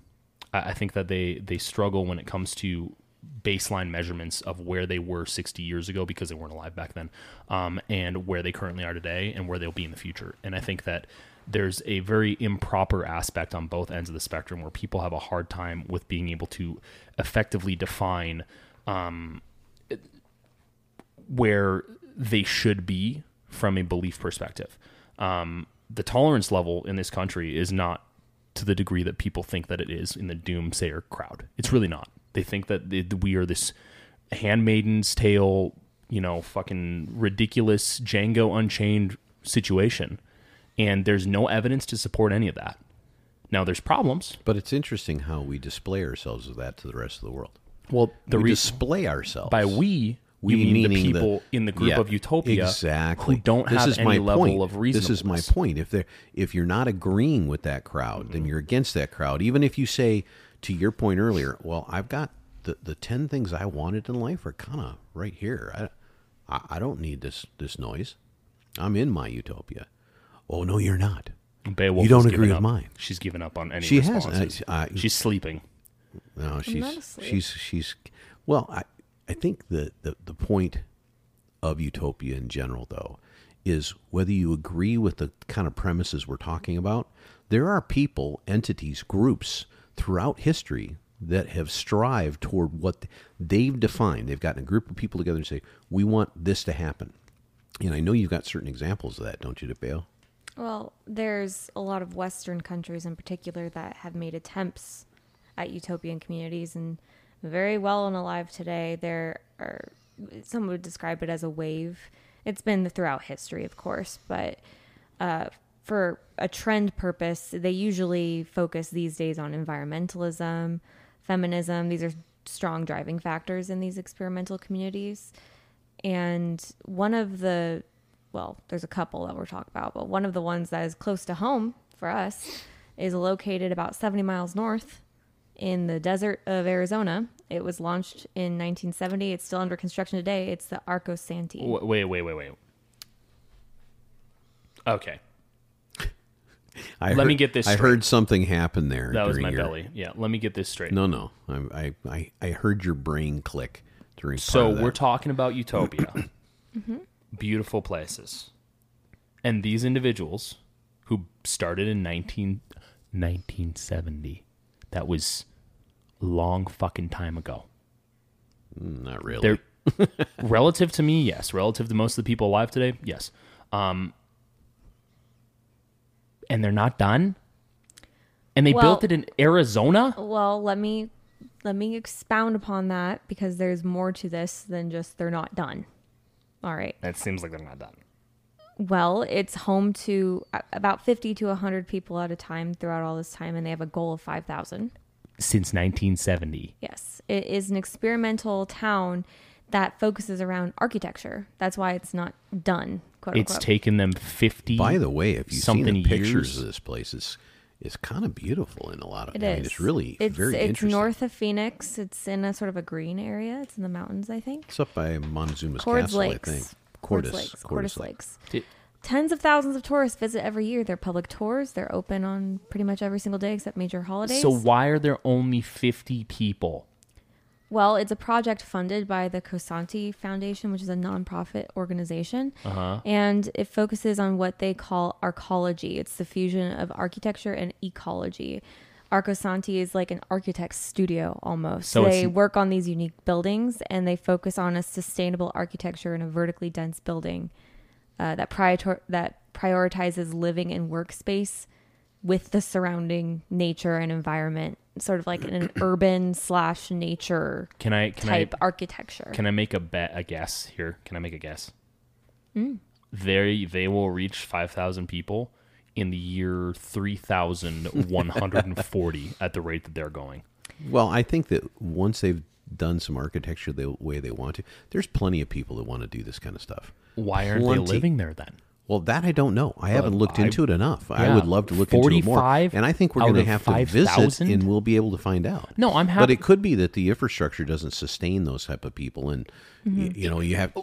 S4: I, I think that they they struggle when it comes to baseline measurements of where they were 60 years ago because they weren't alive back then, um, and where they currently are today, and where they'll be in the future. And I think that there's a very improper aspect on both ends of the spectrum where people have a hard time with being able to effectively define where they should be from a belief perspective. Um, the tolerance level in this country is not to the degree that people think that it is in the doomsayer crowd. It's really not. They think that th- we are this handmaiden's tale, you know, fucking ridiculous Django Unchained situation. And there's no evidence to support any of that. Now, there's problems.
S2: But it's interesting how we display ourselves with that to the rest of the world.
S4: Well, the
S2: we
S4: reason.
S2: display ourselves
S4: By we,
S2: We
S4: we mean,
S2: meaning
S4: the
S2: the-
S4: people in the group
S2: yeah,
S4: of utopia
S2: exactly
S4: who don't
S2: this
S4: have
S2: is
S4: any
S2: my
S4: level
S2: point.
S4: of
S2: This is my
S4: reasonableness. Mm-hmm.
S2: point. If they're if you're not agreeing with that crowd, then you're against that crowd. Even if you say to your point earlier, well, I've got the the ten things I wanted in life are kind of right here. I, I I don't need this this noise. I'm in my utopia. Oh no, you're not.
S4: Beowulf
S2: You don't
S4: has
S2: agree
S4: given
S2: with
S4: up.
S2: mine.
S4: She's given up on any
S2: She hasn't.
S4: responses.
S2: I- I-
S4: She's sleeping.
S2: No,
S3: not
S2: she's
S3: asleep.
S2: she's she's well, I I think the, the the point of utopia in general though is whether you agree with the kind of premises we're talking about, there are people, entities, groups throughout history that have strived toward what they've defined. They've gotten a group of people together and say, "We want this to happen." And I know you've got certain examples of that, don't you, DeBale?
S3: Well, there's a lot of Western countries in particular that have made attempts at utopian communities, and very well and alive today. There are some would describe it as a wave. It's been throughout history, of course, but for a trend purpose, they usually focus these days on environmentalism, feminism. These are strong driving factors in these experimental communities. And one of the, well, there's a couple that we're talking about, but one of the ones that is close to home for us is located about 70 miles north in the desert of Arizona. It was launched in 1970. It's still under construction today. It's the Arco Santi.
S4: Wa- Wait, wait, wait, wait. Okay,
S2: I
S4: Let
S2: heard-
S4: me get this
S2: I
S4: straight.
S2: heard something happen there.
S4: that was
S2: during
S4: my
S2: your-
S4: belly. Yeah, let me get this straight.
S2: No, no. I I I, I heard your brain click during. part
S4: so
S2: of that.
S4: we're talking about utopia, beautiful places, and these individuals who started in 19, 1970. That was a long fucking time ago.
S2: Not really.
S4: They're relative to me, yes. Relative to most of the people alive today, yes. Um, and they're not done. And they
S3: Well-
S4: built it in Arizona.
S3: Well, let me let me expound upon that because there's more to this than just they're not done. All right.
S4: That seems like they're not done.
S3: Well, it's home to a- about 50 to 100 people at a time throughout all this time and they have a goal of 5,000.
S4: since 1970.
S3: Yes, it is an experimental town that focuses around architecture. That's why it's not done. Quote
S4: It's
S3: unquote.
S4: taken them 50.
S2: By the way, if you see
S4: something
S2: the pictures
S4: years.
S2: of this place, it's it's kind of beautiful in a lot of.
S3: It
S2: I
S3: is.
S2: mean, it's really
S3: it's,
S2: very
S3: It's
S2: interesting.
S3: north of Phoenix. It's in a sort of a green area. It's in the mountains, I think.
S2: It's up by Montezuma's
S3: Cords
S2: Castle,
S3: Lakes.
S2: I think.
S3: Cords
S2: Cordis,
S3: Lakes.
S2: Cordis
S3: Cordes
S2: Lake.
S3: Lakes.
S4: Did-
S3: Tens of thousands of tourists visit every year. They're public tours. They're open on pretty much every single day except major holidays.
S4: So why are there only 50 people?
S3: Well, it's a project funded by the Cosanti Foundation, which is a nonprofit organization.
S4: Uh-huh.
S3: And it focuses on what they call arcology. It's the fusion of architecture and ecology. Arcosanti is like an architect's studio almost.
S4: So
S3: they
S4: it's-
S3: work on these unique buildings and they focus on a sustainable architecture in a vertically dense building uh, that, prior- that prioritizes living and workspace with the surrounding nature and environment, sort of like in an urban slash nature
S4: Can I can
S3: type
S4: I
S3: architecture.
S4: can I make a bet a guess here? Can I make a guess? They they will reach 5,000 people in the year 3,140 at the rate that they're going.
S2: Well, I think that once they've done some architecture the way they want to, there's plenty of people that want to do this kind of stuff.
S4: Why aren't
S2: Plenty.
S4: they living there then?
S2: Well, that I don't know. I haven't looked
S4: I-
S2: into it enough. I
S4: yeah.
S2: would love to look into it more.
S4: 45
S2: And I think we're
S4: out
S2: going to
S4: of
S2: have to
S4: 5,000?
S2: visit, and we'll be able to find out.
S4: No, I'm
S2: But
S4: happy-
S2: it could be that the infrastructure doesn't sustain those type of people, and y-
S4: Mm-hmm.
S2: you know, you have.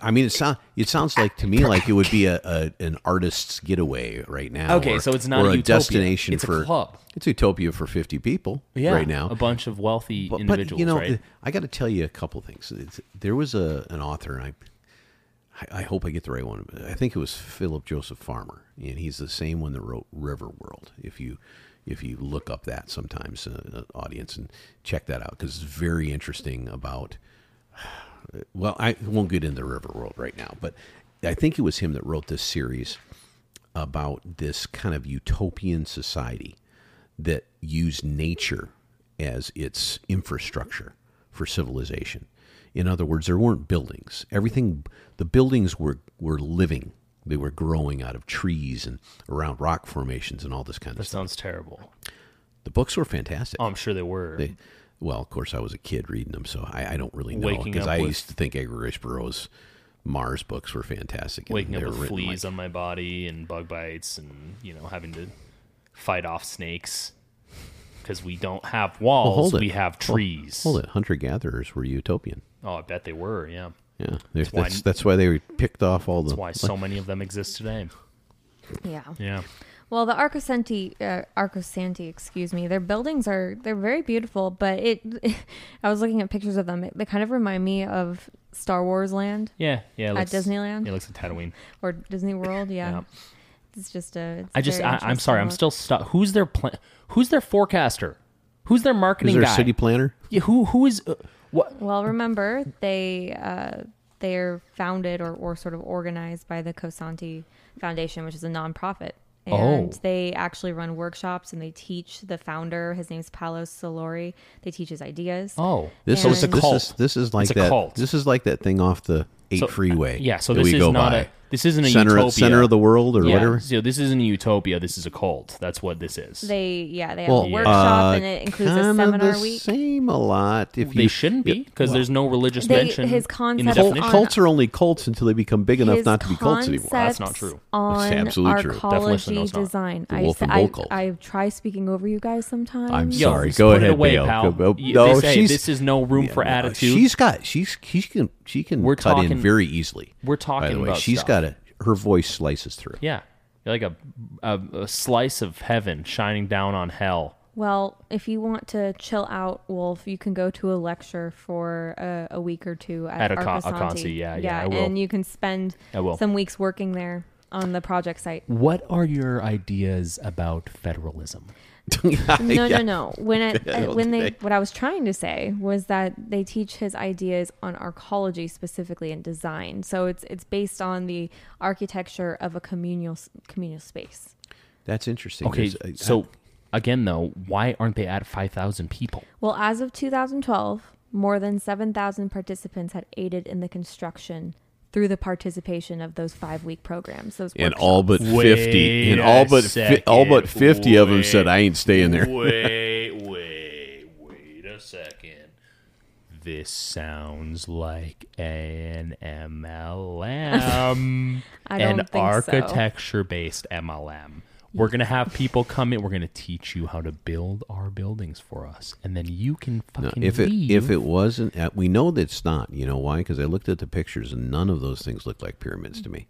S2: I mean, it sounds it sounds like to me like it would be a, a an artist's getaway right now.
S4: Okay,
S2: or-
S4: so it's not
S2: or
S4: a
S2: a,
S4: utopia.
S2: destination
S4: It's a
S2: for
S4: club.
S2: It's utopia for fifty people right now.
S4: a bunch of wealthy
S2: But-
S4: individuals,
S2: But, you know,
S4: right?
S2: I got to tell you a couple things. It's, there was a an author, and I, I, I hope I get the right one. I think it was Philip Joseph Farmer, and he's the same one that wrote River World. If you if you look up that sometimes, uh, audience, and check that out because it's very interesting about well, I won't get into River World right now, but I think it was him that wrote this series about this kind of utopian society that used nature as its infrastructure for civilization. In other words, there weren't buildings. Everything, the buildings were, were living. They were growing out of trees and around rock formations and all this kind of
S4: That
S2: stuff.
S4: sounds terrible.
S2: The books were fantastic.
S4: Oh, I'm sure they were.
S2: They, well, of course, I was a kid reading them, so I, I don't really know
S4: Waking
S2: because
S4: up
S2: I
S4: with-
S2: used to think Edgar Rice Burroughs' Mars books were fantastic. and
S4: waking up
S2: they were
S4: with
S2: written like-
S4: fleas on my body and bug bites and you know having to fight off snakes because we don't have
S2: Well,
S4: walls
S2: hold it.
S4: we have
S2: Hold-
S4: trees
S2: Hold, it. Hunter gatherers were utopian.
S4: oh i bet they were yeah
S2: Yeah, that's
S4: why-
S2: that's, why, that's why they were picked off all the.
S4: that's why so many of them exist today
S3: yeah.
S4: yeah
S3: Well, the Arcosanti, uh, Arcosanti, excuse me, their buildings are they're very beautiful, but it. I was looking at pictures of them. It, they kind of remind me of Star Wars Land
S4: yeah yeah it
S3: At Disneyland?
S4: it looks like tatooine
S3: or Disney World. Yeah.
S4: Yeah.
S3: It's just a. It's
S4: i just
S3: very
S4: I, i'm sorry i'm
S3: interesting
S4: still stuck who's their plan who's their forecaster who's their marketing
S2: Is there a
S4: guy
S2: city planner?
S4: yeah, who who is uh, what
S3: look. Well, remember they uh, they're founded or, or sort of organized by the Cosanti Foundation, which is a nonprofit. And
S4: Oh.
S3: they actually run workshops and they teach the founder. His name's Paolo Solori. They teach his ideas.
S4: oh
S2: This
S3: So
S2: is
S3: it's a
S2: this
S4: cult.
S2: is this is like
S4: It's a
S2: that.
S4: cult.
S2: This is like that thing off the eight
S4: So-
S2: freeway.
S4: yeah so
S2: that
S4: this
S2: we
S4: is
S2: go
S4: not
S2: by.
S4: a this isn't a
S2: center
S4: utopia
S2: center of the world or
S4: yeah,
S2: whatever.
S4: so this isn't a utopia this is a cult that's what this is
S3: They yeah they have
S2: Well,
S3: a workshop
S2: uh,
S3: and it includes a
S2: kinda
S3: seminar
S2: the
S3: week.
S2: Same a lot. If
S4: They
S2: you,
S4: shouldn't be
S2: it-
S4: because there's no religious
S3: They-
S4: mention.
S3: his
S4: in the
S3: concept
S2: Cult-
S4: definition.
S3: on-
S2: cults are only cults until they become big enough
S3: His
S2: not to be cults anymore.
S4: That's not true.
S3: concepts On
S2: absolutely true.
S4: Definition, no,
S3: arcology
S4: it's not.
S3: design.
S2: The
S3: I,
S2: wolf
S3: s-
S2: and
S3: I,
S2: bull cult.
S3: I try speaking over you guys sometimes.
S2: I'm
S4: Yo,
S2: sorry.
S4: just
S2: Go
S4: put it
S2: ahead,
S4: away,
S2: Bill.
S4: pal.
S2: Go-
S4: Y-
S2: no,
S4: they say
S2: she's-
S4: this is no room for
S2: Yeah,
S4: attitude.
S2: She's got she's she can she can
S4: We're
S2: cut
S4: talking-
S2: in very easily.
S4: we're
S2: By
S4: talking
S2: the way,
S4: about
S2: has
S4: stuff.
S2: got a her voice slices through.
S4: yeah, You're like a, a a slice of heaven shining down on hell.
S3: Well, if you want to chill out, Wolf, you can go to a lecture for a, a week or two at,
S4: At a con- a
S3: Arcosanti.
S4: consi, yeah, yeah, I will.
S3: and you can spend
S4: I will.
S3: some weeks working there on the project site.
S4: What are your ideas about federalism?
S3: No, no, no. When I, uh, when they what I was trying to say was that they teach his ideas on arcology specifically and design. So it's it's based on the architecture of a communal s- communal space.
S2: That's interesting.
S4: Okay,
S2: There's a-
S4: so again though, why aren't they at five thousand people?
S3: Well, as of 2012, more than 7,000 participants had aided in the construction through the participation of those five-week programs. Those
S2: and
S3: workshops.
S2: all but
S4: Wait
S2: fifty, and all
S4: a
S2: but fi- all but
S4: second.
S2: fifty of them said, "I ain't staying there."
S4: Wait, wait. this sounds like an MLM,
S3: I don't
S4: an
S3: think so.
S4: architecture based MLM. We're going to have people come in. We're going to teach you how to build our buildings for us. And then you can
S2: No,
S4: fucking
S2: if it
S4: leave.
S2: if it wasn't, uh, we know that it's not. You know why? Because I looked at the pictures and none of those things looked like pyramids to me.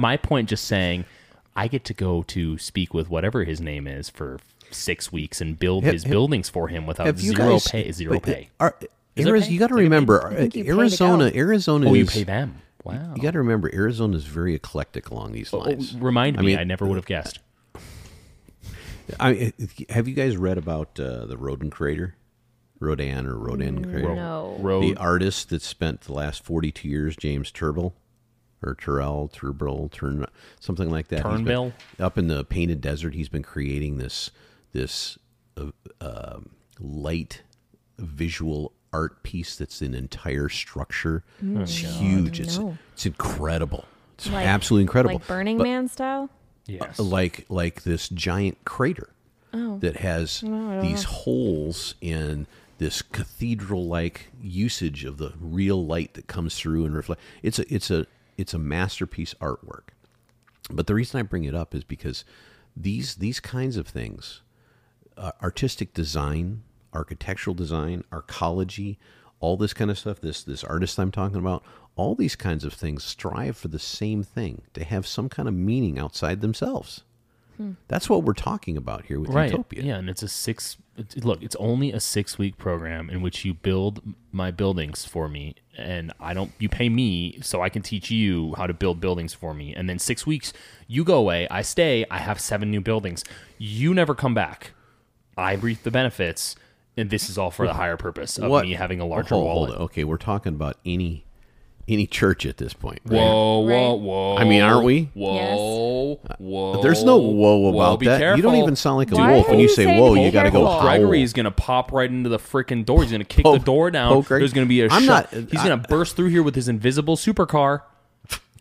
S4: My point just saying, I get to go to speak with whatever his name is for six weeks and build
S2: Have-
S4: his
S2: have-
S4: buildings for him without
S2: Have you
S4: Uh, zero
S2: guys-
S4: pay. Zero
S2: but, uh,
S4: pay.
S2: Are,
S4: Is it
S2: Ariz-
S4: pay?
S2: you got to
S4: Is it pay?
S2: remember,
S4: I
S2: uh,
S4: think you pay to
S2: Arizona.
S4: go.
S2: Arizona.
S4: Oh, you
S2: is-
S4: pay them. Wow.
S2: You got to remember, Arizona is very eclectic along these
S4: Oh,
S2: lines.
S4: remind me. I,
S2: I mean- uh,
S4: never would have guessed.
S2: I, have you guys read about uh, the Rodin crater, Rodin or Rodin crater?
S3: Mm, No.
S4: Road.
S2: The uh, artist that spent the last forty-two years, James Turble, or Turrell, Turbrel, Turn, something like that. He's been-
S4: Turnbill?
S2: up in the painted desert, he's been creating this this uh, um light visual art piece that's an entire structure.
S3: Mm.
S2: It's huge. It's
S3: no.
S2: it's incredible. It's
S3: Like-
S2: absolutely incredible.
S3: Like Burning
S2: But-
S3: Man style?
S4: yes.
S2: like like this giant crater that has these holes in this cathedral-like usage of the real light that comes through and reflect. It's a it's a it's a masterpiece artwork. But the reason I bring it up is because these these kinds of things, uh, artistic design, architectural design, arcology, all this kind of stuff. This this artist I'm talking about, all these kinds of things strive for the same thing to have some kind of meaning outside themselves.
S3: Hmm.
S2: That's what we're talking about here with
S4: right.
S2: Utopia.
S4: Yeah, and it's a six. it's- Look, it's only a six-week program in which you build my buildings for me, and I don't. You pay me so I can teach you how to build buildings for me, and then six weeks you go away. I stay. I have seven new buildings. You never come back. I reap the benefits, and this is all for the higher purpose of me having a larger
S2: Oh, hold,
S4: wallet.
S2: Hold it. Okay, we're talking about any any church at this point. right?
S4: Whoa, whoa,
S3: Right.
S4: whoa!
S2: I mean, aren't we?
S4: Whoa, whoa!
S2: There's no whoa about
S4: be
S2: that. You don't
S4: careful.
S2: even sound like a
S3: Why
S2: wolf
S3: are
S2: when
S3: you
S2: you say
S3: saying
S2: whoa.
S3: be
S2: You got to
S3: careful?
S2: go.
S4: Pope
S2: howl.
S4: Gregory is gonna pop right into the freaking door. He's gonna kick
S2: Pope-
S4: the door down.
S2: Pope Greg-
S4: There's gonna be a
S2: I'm
S4: shut-
S2: not-
S4: He's
S2: I-
S4: gonna burst through here with his invisible supercar.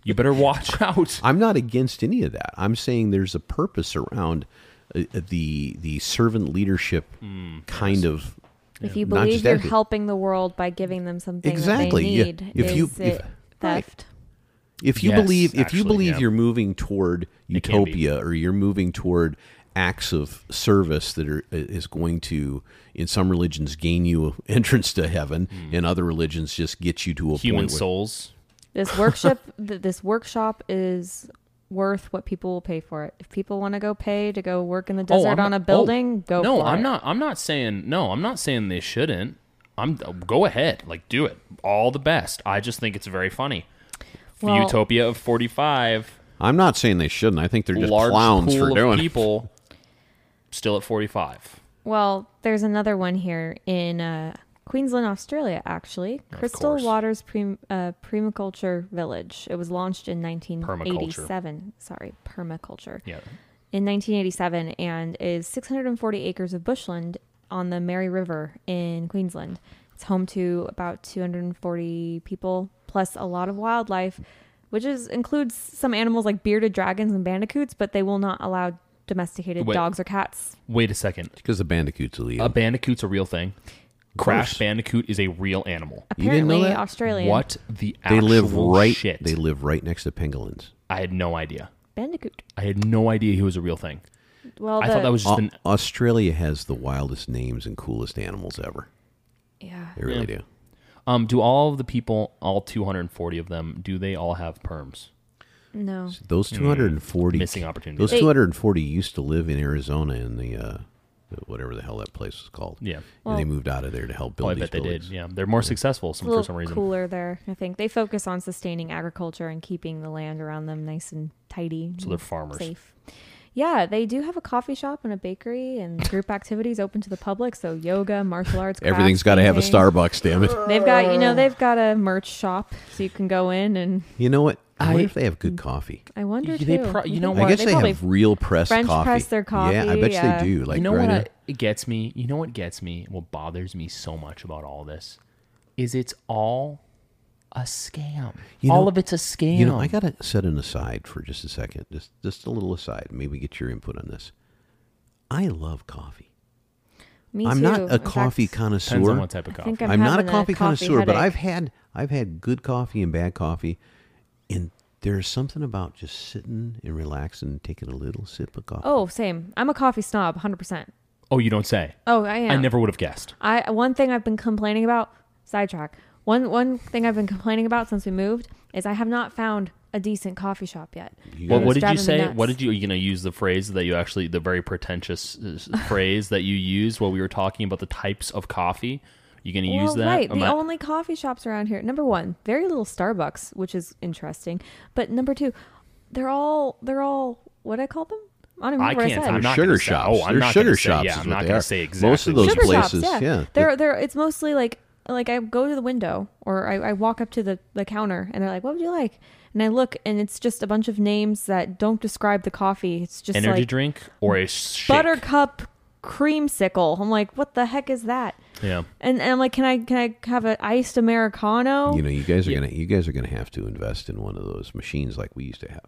S4: You better watch out.
S2: I'm not against any of that. I'm saying there's a purpose around uh, uh, the the servant leadership
S4: Hmm,
S2: kind of.
S3: If you
S2: Not
S3: believe
S2: just
S3: you're
S2: empty.
S3: helping the world by giving them something
S2: Exactly,
S3: that they
S2: yeah.
S3: need,
S2: If
S3: is
S2: you-
S3: it
S2: if- right.
S3: theft?
S2: If you
S4: Yes,
S2: believe, if
S4: actually,
S2: you believe
S4: yeah.
S2: you're moving toward
S4: It can be.
S2: utopia, or you're moving toward acts of service that are is going to, in some religions, gain you entrance to heaven, and other religions just get you to a
S4: Hmm. Human
S2: point where
S4: souls.
S3: This workshop, th- this workshop is worth what people will pay for it. If people want to go pay to go work in the desert
S4: Oh, I'm
S3: on
S4: not-
S3: a building,
S4: oh,
S3: go.
S4: No,
S3: for
S4: I'm
S3: it.
S4: not. I'm not saying no. I'm not saying they shouldn't. I'm uh, go ahead, like do it. All the best. I just think it's very funny.
S3: Well-
S4: Utopia of 45.
S2: I'm not saying they shouldn't. I think they're just
S4: large
S2: clowns
S4: pool
S2: for
S4: of
S2: doing it.
S4: people. Still at 45.
S3: Well, there's another one here in uh, Queensland, Australia, actually. Crystal
S4: course.
S3: Waters Prem- uh, Permaculture Village. It was launched in 1987. Sorry, permaculture.
S4: Yeah.
S3: In 1987 and is 640 acres of bushland on the Mary River in Queensland. It's home to about 240 people, plus a lot of wildlife, which is includes some animals like bearded dragons and bandicoots, but they will not allow domesticated
S4: Wait.
S3: dogs or cats.
S4: Wait a second.
S2: because the bandicoots will eat
S4: A
S2: 'em.
S4: bandicoot's a real thing. Crash Bandicoot is a real animal.
S2: You didn't know
S3: Apparently,
S2: that?
S3: Australian.
S4: What the
S2: They
S4: actual
S2: live right.
S4: shit?
S2: They live right next to pangolins.
S4: I had no idea.
S3: Bandicoot.
S4: I had no idea he was a real thing.
S3: Well,
S4: I
S3: the-
S4: thought that was just
S2: Au-
S4: an
S2: Australia has the wildest names and coolest animals ever.
S3: yeah.
S2: They really do.
S4: um do all of the people, all 240 of them, do they all have perms?
S3: No,
S2: Those 240
S4: Mm. missing opportunity.
S2: Those
S3: They-
S2: 240 used to live in Arizona in the uh, whatever the hell that place was called.
S4: Yeah.
S2: and they moved out of there to help build
S4: Oh, I
S2: these
S4: bet they did.
S2: buildings.
S4: Yeah. They're more successful
S3: it's a
S4: some, for
S3: little
S4: some reason.
S3: cooler there. I think they focus on sustaining agriculture and keeping the land around them nice and tidy.
S4: So they're farmers.
S3: Safe. Yeah, they do have a coffee shop and a bakery and group activities open to the public. So yoga, martial arts. crafts,
S2: Everything's got to have a
S3: painting.
S2: Starbucks, damn it.
S3: They've got you know they've got a merch shop, so you can go in and
S2: You know what? I, wonder
S4: I-
S2: if they have good coffee.
S3: I wonder
S4: They
S3: too.
S4: pro- you know
S2: I
S4: what?
S2: guess
S3: They
S2: they,
S3: probably
S2: have real pressed
S3: French
S2: coffee.
S3: press their
S2: Yeah, I
S3: coffee,
S2: bet
S3: yeah.
S2: you they do. Like
S4: you know
S2: right
S4: what
S2: now.
S4: I, it gets me? You know what gets me? What bothers me so much about all this is it's all a scam.
S2: You
S4: all
S2: know-
S4: of it's a scam.
S2: You know, I gotta set an aside for just a second, just just a little aside. Maybe get your input on this. I love coffee.
S3: Me
S2: I'm
S3: too.
S2: not
S3: In
S2: a
S3: fact,
S2: coffee connoisseur.
S4: Depends on what type
S3: I
S4: of coffee.
S3: think
S2: I'm,
S3: I'm,
S2: not a
S3: having
S2: coffee, connoisseur, but
S3: headache.
S2: I've had I've had good coffee and bad coffee, and there's something about just sitting and relaxing and taking a little sip of coffee.
S3: Oh, same. I'm a coffee snob, hundred percent.
S4: oh, you don't say.
S3: Oh, I am.
S4: I never would have guessed.
S3: I one thing I've been complaining about. Sidetrack. One one thing I've been complaining about since we moved is I have not found a decent coffee shop yet.
S2: You
S4: What,
S2: guys-
S4: what did you
S3: driving me
S4: say?
S3: nuts.
S4: What did you? You know, use the phrase that you actually the very pretentious uh, phrase that you used while we were talking about the types of coffee. You gonna
S3: well,
S4: use that?
S3: right. The
S4: Am I-
S3: only coffee shops around here. Number one, very little Starbucks, which is interesting. But number two, they're all they're all what do I call them. I don't even
S4: I
S3: remember
S4: can't-
S3: what I said.
S4: I'm not
S2: sugar
S4: gonna say-
S2: shops.
S4: oh, I'm
S2: They're
S4: not
S2: sugar
S4: gonna say-
S2: shops.
S4: yeah,
S2: is
S4: I'm
S2: what
S4: not
S2: they
S4: gonna
S2: are.
S4: say
S2: Most
S4: exactly
S2: of those
S4: what
S3: sugar
S2: places,
S3: shops. Yeah,
S2: yeah,
S3: they're they're. It's mostly like like I go to the window or I, I walk up to the the counter and they're like, "What would you like?" And I look and it's just a bunch of names that don't describe the coffee. It's just
S4: energy
S3: like
S4: drink or a shake?
S3: buttercup creamsicle. I'm like, "What the heck is that?"
S4: Yeah.
S3: And, and I'm like, "Can I can I have an iced americano?"
S2: you know, you guys are
S4: Yeah.
S2: gonna you guys are gonna have to invest in one of those machines like we used to have.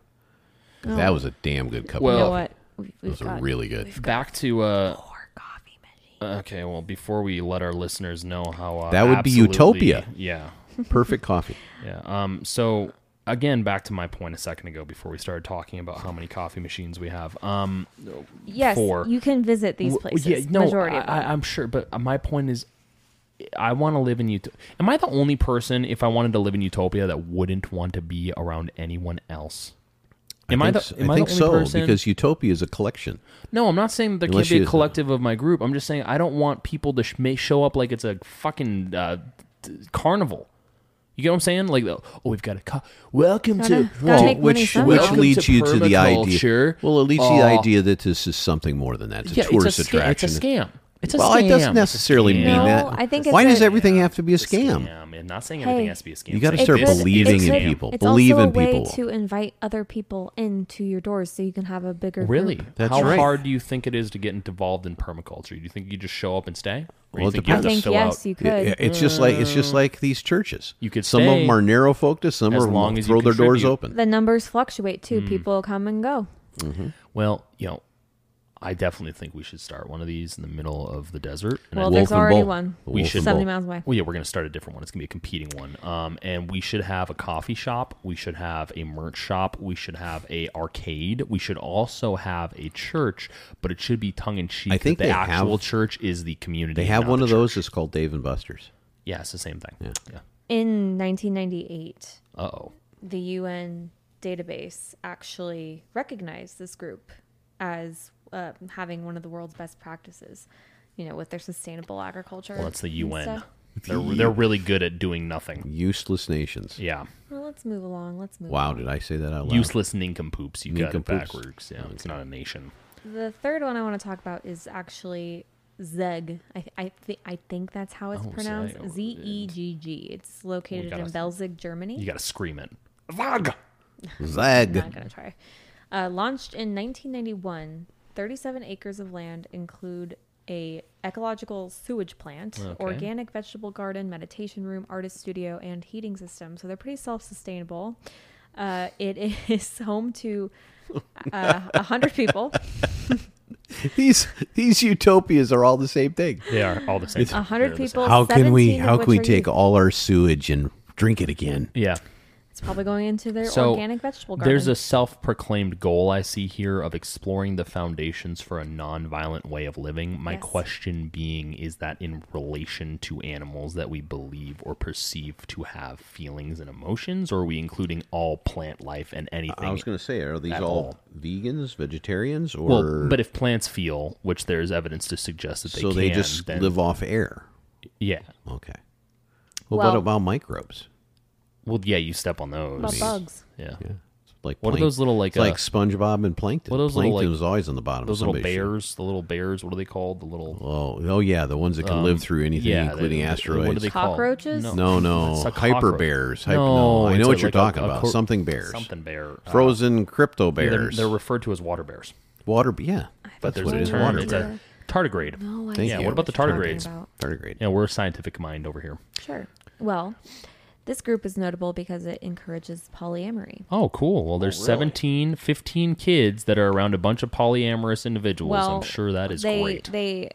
S2: 'Cause That was a damn good cup.
S4: Well-
S3: You
S2: of
S3: know
S2: coffee.
S3: what? We've, Oh. we've
S2: Those are
S3: got
S2: really good.
S4: Back to uh,
S3: more coffee machine.
S4: Okay, well, before we let our listeners know how uh,
S2: That would be
S4: absolutely-
S2: utopia.
S4: Yeah,
S2: Perfect coffee.
S4: yeah. Um, so again, back to my point a second ago before we started talking about how many coffee machines we have. Um,
S3: Yes,
S4: Four.
S3: you can visit these
S4: w-
S3: places.
S4: Yeah, no,
S3: majority of them.
S4: I, I, I'm sure, but my point is, I want to live in utopia. Am I the only person if I wanted to live in utopia that wouldn't want to be around anyone else? Am I,
S2: think
S4: the?
S2: so-
S4: am
S2: I think
S4: the only
S2: so
S4: person?
S2: because Utopia is a collection.
S4: No, I'm not saying that there
S2: Unless
S4: can't
S2: you-
S4: be a collective of my group. I'm just saying I don't want people to sh- may show up like it's a fucking uh, t- carnival. You get what I'm saying? Like, oh, we've got a co- welcome
S3: Gotta-
S4: to
S3: gotta Well, make money
S2: which
S3: somehow.
S2: which
S4: Welcome
S2: leads
S4: to
S2: you to the idea.
S4: permaculture.
S2: Well, it leads to the
S4: Uh,
S2: idea that this is something more than that. It's a
S4: yeah,
S2: tourist
S4: it's a scam. It's
S2: attraction.
S4: a scam. It's a
S2: well,
S4: scam.
S2: it doesn't necessarily mean
S3: No,
S2: that.
S3: I think it's
S2: Why does
S3: a-
S2: everything have to be a
S4: It's
S2: scam?
S4: scam. I'm not saying
S3: Hey.
S4: everything has to be a scam.
S2: You gotta
S4: It's
S2: start
S4: a- it's a
S2: believing in
S4: scam.
S2: people.
S3: It's
S2: Believe
S3: also
S2: in
S3: a way
S2: people.
S3: to invite other people into your doors so you can have a bigger
S4: Really?
S3: group.
S2: That's
S4: How
S2: right.
S4: hard do you think it is to get involved in permaculture? Do you think you just show up and stay?
S2: Well,
S4: Or you
S2: it
S4: think you
S2: Yeah,
S3: I
S4: have to
S3: think
S4: fill
S3: yes,
S4: out
S3: you
S2: It-
S3: could.
S2: It's just like it's just like these churches.
S4: You could
S2: some of
S4: stay
S2: them are narrow focused. Some
S4: as
S2: are
S4: long as you
S2: throw their doors
S4: contribute.
S2: open.
S3: the numbers fluctuate
S4: Hmm.
S3: too. People come and go.
S4: Well, you know, I definitely think we should start one of these in the middle of the desert. And I
S3: Well,
S4: think
S3: there's
S2: Wolf and
S3: already
S2: Bolt.
S3: one.
S2: The
S4: We
S2: Wolf
S4: should-
S2: and
S3: Seventy
S2: Bolt.
S3: miles away.
S4: Well, yeah, we're gonna start a different one. It's gonna be a competing one. Um, and we should have a coffee shop. We should have a merch shop. We should have a arcade. We should also have a church, but it should be tongue in cheek.
S2: I think
S4: the
S2: they have-
S4: actual church is the community.
S2: They have
S4: not
S2: one
S4: the
S2: of
S4: church.
S2: those that's called Dave and Buster's.
S4: Yeah, it's the same thing. Yeah. yeah.
S3: In 1998,
S4: Uh oh.
S3: the UN database actually recognized this group as uh, having one of the world's best practices. You know, with their sustainable agriculture.
S4: Well, it's the
S3: and
S4: UN.
S3: stuff.
S4: They're they're really good at doing nothing.
S2: Useless nations.
S4: Yeah.
S3: Well, let's move along. Let's move.
S2: Wow, did I say that out loud?
S4: Useless nincompoops. You got it
S2: Nincompoops.
S4: backwards. Yeah. It's not a nation.
S3: The third one I want to talk about is actually Zeg. I I, th- I think that's how it's
S4: Oh,
S3: pronounced.
S4: Zeg.
S3: Z e g g. It's located in
S4: gotta-
S3: Belzig, Germany.
S4: You got to scream it.
S3: I'm
S2: Zag.
S3: not gonna try. Uh, launched in 1991, 37 acres of land include a ecological sewage plant,
S4: Okay.
S3: organic vegetable garden, meditation room, artist studio, and heating system. So they're pretty self-sustainable. Uh, it is home to uh, 100 people.
S2: These these utopias are all the same thing.
S4: They are all the same.
S3: A hundred
S4: They're the same.
S3: people.
S2: How can we
S3: 17 of
S2: how can
S3: which
S2: we
S3: are
S2: take
S3: youth.
S2: all our sewage and drink it again?
S4: Yeah.
S3: It's probably going into their
S4: So,
S3: organic vegetable garden.
S4: There's a self proclaimed goal I see here of exploring the foundations for a non-violent way of living. My
S3: Yes.
S4: question being is that in relation to animals that we believe or perceive to have feelings and emotions, or are we including all plant life and anything?
S2: I was going to say, are these
S4: at
S2: all,
S4: all.
S2: vegans, vegetarians, or
S4: well, but if plants feel, which there is evidence to suggest that they
S2: so
S4: can,
S2: they just
S4: then,
S2: live off air?
S4: Yeah.
S2: Okay. Well,
S3: Well-
S2: what about microbes?
S4: Well, yeah, you step on those.
S3: But bugs.
S4: Yeah.
S2: Yeah, It's like
S4: What are
S2: plank-
S4: those little, like,
S2: it's like
S4: uh,
S2: SpongeBob and plankton?
S4: what are those little,
S2: plankton
S4: like-
S2: was always on the bottom. of
S4: Those little
S2: somebody's shoe.
S4: bears, the little bears, what are they called? The little
S2: Oh, oh yeah, the ones that can live through anything,
S4: Um, yeah, they-
S2: including
S4: they-
S2: asteroids.
S4: What are they called?
S3: Cockroaches?
S2: no, no,
S4: It's a
S2: hyper
S4: cockroach.
S2: bears. Hyper,
S4: No,
S2: no, I
S4: it's
S2: know
S4: a-
S2: what you're
S4: like a-
S2: talking
S4: a
S2: about.
S4: cor-
S2: something bears.
S4: Something bear. uh,
S2: Frozen crypto
S4: yeah, they're-
S2: bears.
S4: They're, referred to as water bears.
S2: water, yeah.
S4: But
S2: That's
S4: there's
S2: what
S4: a
S2: it is.
S4: term.
S2: Water
S4: It's
S2: bear.
S4: a tardigrade.
S3: No, I
S2: Thank
S3: see
S2: you.
S4: what about the
S3: you're talking
S4: tardigrades?
S3: about.
S2: Third grade.
S4: Yeah, we're a scientific mind over here.
S3: Sure. Well, this group is notable because it encourages polyamory.
S4: Oh, cool. Well, there's seventeen, fifteen 17, 15 kids that are around a bunch of polyamorous individuals.
S3: Well,
S4: I'm sure that is
S3: they
S4: great.
S3: they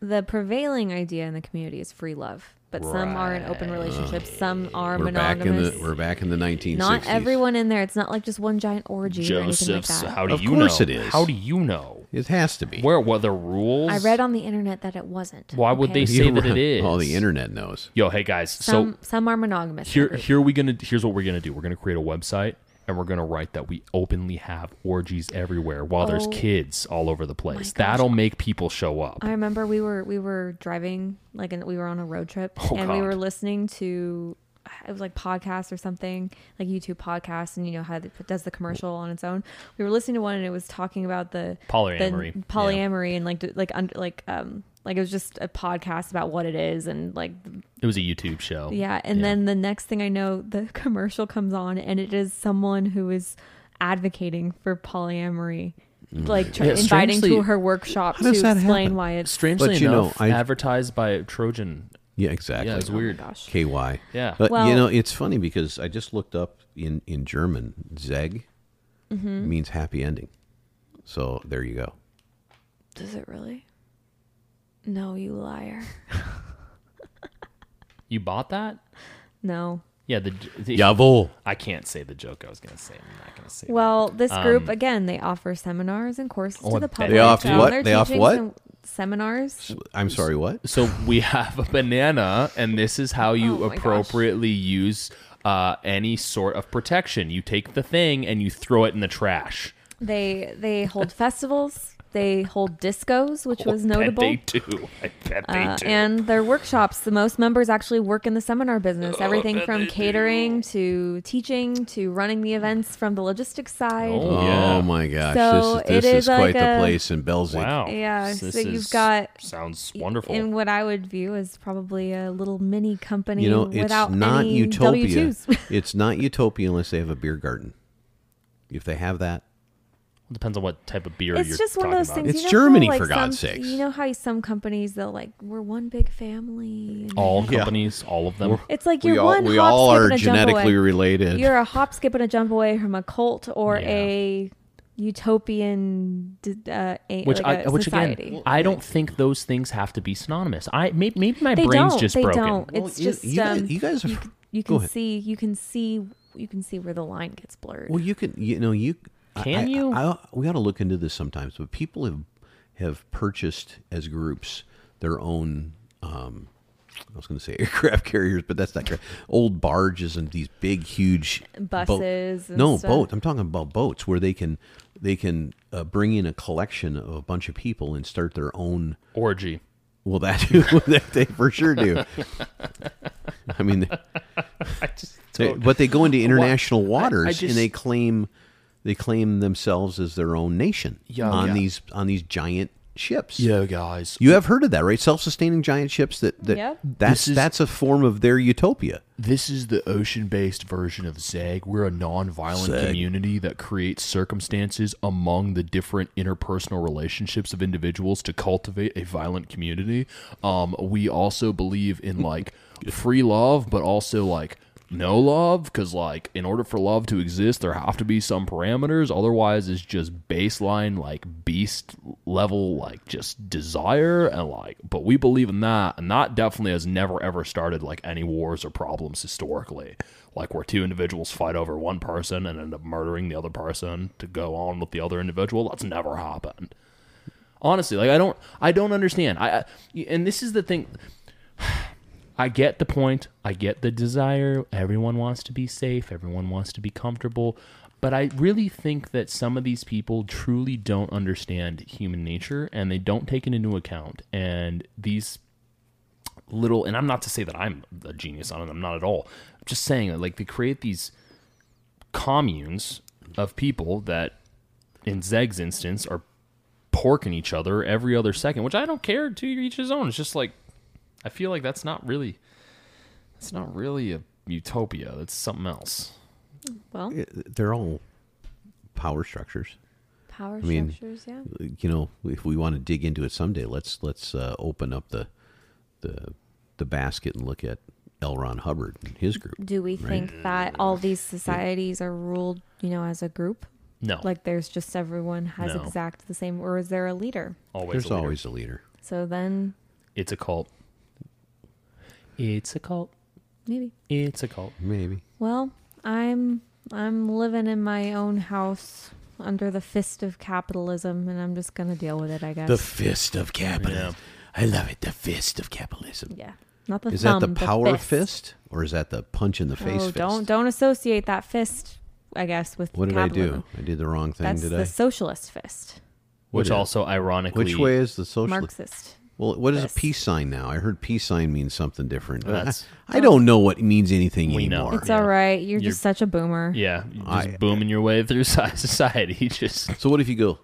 S3: the prevailing idea in the community is free love, but some are in open relationships, some are
S2: We're back in
S3: monogamous.
S2: the we're back in the 1960s.
S3: Not everyone in there. It's not like just one giant orgy or anything
S4: Joseph's.
S3: like that.
S4: how do
S2: Of
S4: you
S2: course
S4: know?
S2: it is.
S4: How do you know?
S2: It has to be.
S4: Where were the rules?
S3: I read on the internet that it wasn't.
S4: Why would they
S3: okay?
S4: say that it is?
S2: All the internet knows.
S4: Yo, hey guys.
S3: Some
S4: so
S3: some are monogamous. in
S4: here
S3: the group.
S4: here we gonna here's what we're gonna do. We're gonna create a website and we're gonna write that we openly have orgies everywhere while there's
S3: Oh.
S4: kids all over the place.
S3: gosh.
S4: That'll make people show up.
S3: I remember we were we were driving like and we were on a road trip
S4: Oh,
S3: and we
S4: God.
S3: were listening to it was like podcasts or something like YouTube podcasts and you know how it does the commercial on its own. We were listening to one and it was talking about the
S4: Polyamory.
S3: the
S4: Yeah.
S3: polyamory and like d- like under like um like it was just a podcast about what it is and like
S4: it was a YouTube show.
S3: yeah and then the next thing I know the commercial comes on and it is someone who is advocating for polyamory. Like tr-
S4: Yeah,
S3: inviting to
S4: strangely-
S3: her workshop to
S2: does that
S3: explain
S2: happen?
S3: why it's
S4: Strangely
S2: But, you know,
S4: enough,
S2: I-
S4: advertised by Trojan.
S2: Yeah, exactly.
S4: Yeah, it's weird.
S3: Oh gosh.
S2: KY.
S4: Yeah.
S2: But you
S3: Well-
S2: know, it's funny because I just looked up in in German, Zeg means happy ending. So there you go.
S3: Does it really? No, you liar.
S4: You bought that?
S3: No.
S4: Yeah. The, the
S7: Jawohl.
S4: I can't say the joke I was gonna say. I'm not gonna say. it.
S3: Well, this group again, they offer seminars and courses
S4: Oh, I
S3: to the
S4: bet
S3: public. Um,
S4: they
S2: offer
S3: on
S2: what?
S3: their
S2: They offer
S3: teachings
S2: what?
S3: and Seminars.
S2: I'm sorry, what?
S4: So we have a banana, and this is how you
S3: Oh my gosh.
S4: appropriately use uh, any sort of protection. You take the thing and you throw it in the trash.
S3: They they hold festivals. They hold discos, which was notable.
S4: I bet they do. I bet they
S3: Uh,
S4: do.
S3: and their workshops. The most members actually work in the seminar business. Everything from catering to teaching to running the events from the logistics side.
S4: Oh,
S2: Oh
S4: yeah.
S2: my gosh,
S3: So
S2: this
S3: it
S2: is, this
S3: is
S2: is quite
S3: like
S2: the
S3: a-
S2: place in Belzig.
S4: wow.
S3: Yeah,
S4: This
S3: so you've
S4: is-
S3: got-
S4: sounds wonderful.
S3: In what I would view as probably a little mini company
S2: You know, it's
S3: without
S2: not
S3: any
S2: utopia.
S3: W-2s.
S2: it's not utopia unless they have a beer garden. If they have that,
S4: Depends on what type of beer
S3: it's
S4: you're
S3: just one
S4: talking
S3: of those
S4: about.
S3: things.
S2: It's
S3: you know
S2: Germany,
S3: how, like,
S2: for God's
S3: some-
S2: sakes.
S3: You know how some companies they'll like we're one big family. and-
S4: All companies, all of them.
S3: It's like
S2: we
S3: you're
S2: all
S3: one.
S2: we
S3: hop,
S2: all
S3: skip,
S2: are
S3: and a jump
S2: genetically
S3: away.
S2: related.
S3: You're a hop, skip, and a jump away from a cult or
S4: Yeah.
S3: a utopian, d- uh, a,
S4: Which
S3: like
S4: I,
S3: a
S4: which
S3: society.
S4: again, I don't think those things have to be synonymous. I maybe, maybe my
S3: they
S4: brain's
S3: don't.
S4: just
S3: they
S4: broken.
S3: don't.
S2: Well,
S3: it's
S2: you-
S3: just
S2: you guys-
S3: um,
S2: you guys are
S3: You,
S2: f-
S3: c- you
S2: go
S3: can
S2: ahead.
S3: see. You can see. You can see where the line gets blurred.
S2: Well, you can, you know, you I-
S4: Can
S2: I-
S4: you?
S2: I, we ought to look into this sometimes. But people have have purchased as groups their own. Um, I was going to say aircraft carriers, but that's not correct. Old barges and these big, huge boat-
S3: Buses and
S2: no,
S3: stuff.
S2: boats. I'm talking about boats where they can they can uh, bring in a collection of a bunch of people and start their own.
S4: Orgy.
S2: Well, that, that they for sure do. I mean,
S4: I just
S2: they-
S4: don't-
S2: but they go into international waters
S4: I just-
S2: and they claim they claim themselves as their own nation
S4: Yeah. oh,
S2: on
S4: Yeah.
S2: these on these giant ships.
S4: Yo, guys.
S2: You have heard of that, right? Self-sustaining giant ships that, that
S3: Yep.
S2: that's
S8: This is-
S2: that's a form of their utopia.
S8: This is the ocean based version of Zeg. We're a non violent community that creates circumstances among the different interpersonal relationships of individuals to cultivate a violent community. Um, we also believe in like free love, but also like no love because like in order for love to exist there have to be some parameters otherwise it's just baseline like beast level like just desire and like but we believe in that and that definitely has never ever started like any wars or problems historically like where two individuals fight over one person and end up murdering the other person to go on with the other individual that's never happened
S4: honestly like i don't i don't understand I, I and this is the thing i get the point i get the desire everyone wants to be safe everyone wants to be comfortable but i really think that some of these people truly don't understand human nature and they don't take it into account and these little and i'm not to say that i'm a genius on it i'm not at all i'm just saying that like they create these communes of people that in zeg's instance are porking each other every other second, which I don't care. To each his own. It's just like I feel like that's not really that's not really a utopia. That's something else.
S3: well,
S2: They're all power structures.
S3: power
S2: mean,
S3: structures. Yeah.
S2: You know, if we want to dig into it someday, let's let's uh, open up the the the basket and look at L. Ron Hubbard and his group.
S3: Do we think that all these societies are ruled, you know, as a group?
S4: No,
S3: Like there's just everyone has
S4: No.
S3: exact the same, or is there a leader?
S4: always
S2: There's
S4: a leader.
S2: always a leader.
S3: So then
S4: It's a cult. It's a cult.
S3: Maybe.
S4: It's a cult.
S2: Maybe.
S3: Well, I'm I'm living in my own house under the fist of capitalism, and I'm just gonna deal with it. I guess.
S7: The fist of capitalism. I love it. The fist of capitalism.
S3: yeah. Not the
S2: Is
S3: thumb.
S2: that the power
S3: fist.
S2: fist. or is that the punch in the face
S3: oh,
S2: fist?
S3: don't don't associate that fist. I guess with
S2: What did I
S3: capitalism.
S2: do? I did the wrong thing,
S3: That's
S2: did
S3: the
S2: I?
S3: socialist fist,
S4: Which
S2: Yeah.
S4: also ironically
S2: Which way is the social?
S3: Marxist.
S2: Well, what is
S3: Yes.
S2: a peace sign now? I heard peace sign means something different.
S4: Well, that's-
S2: I, I don't know what means anything
S4: We know.
S2: anymore.
S3: It's all right. You're,
S4: You're-
S3: just such a boomer.
S4: Yeah, you're just
S2: I-
S4: booming your way through si- society. Just
S2: So what if you go?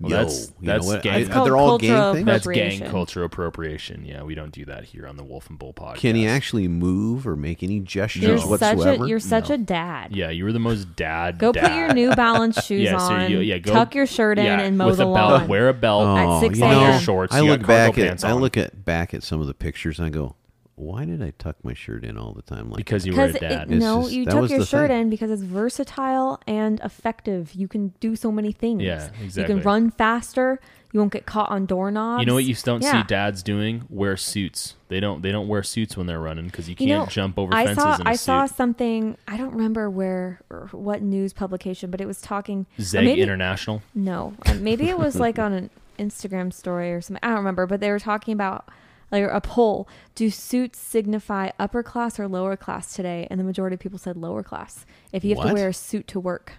S4: Well,
S2: yo,
S4: that's-
S2: you
S4: that's
S2: know what?
S4: gang-
S2: I-
S4: It's
S2: are there
S3: called
S2: all gang
S3: cultural
S2: things?
S4: that's gang
S3: Appropriation.
S4: culture appropriation. Yeah, we don't do that here on the Wolf and Bull podcast.
S2: Can he actually move or make any
S3: You're
S2: gestures
S3: such
S2: whatsoever?
S3: a you're such a dad.
S4: Yeah, you were the most dad.
S3: Go
S4: dad.
S3: put your New Balance shoes
S4: yeah,
S3: on.
S4: So you, yeah, go,
S3: tuck your shirt in
S4: yeah,
S3: and mow
S4: with
S3: the
S4: a
S3: lawn.
S4: Belt, wear a belt.
S3: At 6
S2: Oh, you
S3: a.m.
S2: know,
S3: Your
S4: shorts,
S2: I
S4: you got
S2: look back
S4: cargo
S2: at
S4: pants
S2: I
S4: on.
S2: look at back at some of the pictures and I go, why did I tuck my shirt in all the time? Like
S4: because you were a
S3: Because
S4: dad.
S2: It's
S3: no,
S2: just-
S3: you
S2: that
S3: tuck
S2: was
S3: your
S2: the
S3: shirt
S2: thing.
S3: in because it's versatile and effective. You can do so many things.
S4: Yeah,
S3: You
S4: exactly.
S3: can run faster. You won't get caught on doorknobs.
S4: you know what you don't
S3: Yeah.
S4: see dads doing? Wear suits. They don't. They don't wear suits when they're running because you can't
S3: You know,
S4: jump over
S3: I
S4: fences
S3: saw
S4: in a
S3: I
S4: suit.
S3: saw something. I don't remember where or what news publication, but it was talking. or
S4: Zeg
S3: maybe-
S4: International.
S3: No, Uh, maybe it was like on an Instagram story or something. I don't remember, but they were talking about like a poll: Do suits signify upper class or lower class today? And the majority of people said lower class. If you have
S2: What?
S3: to wear a suit to work,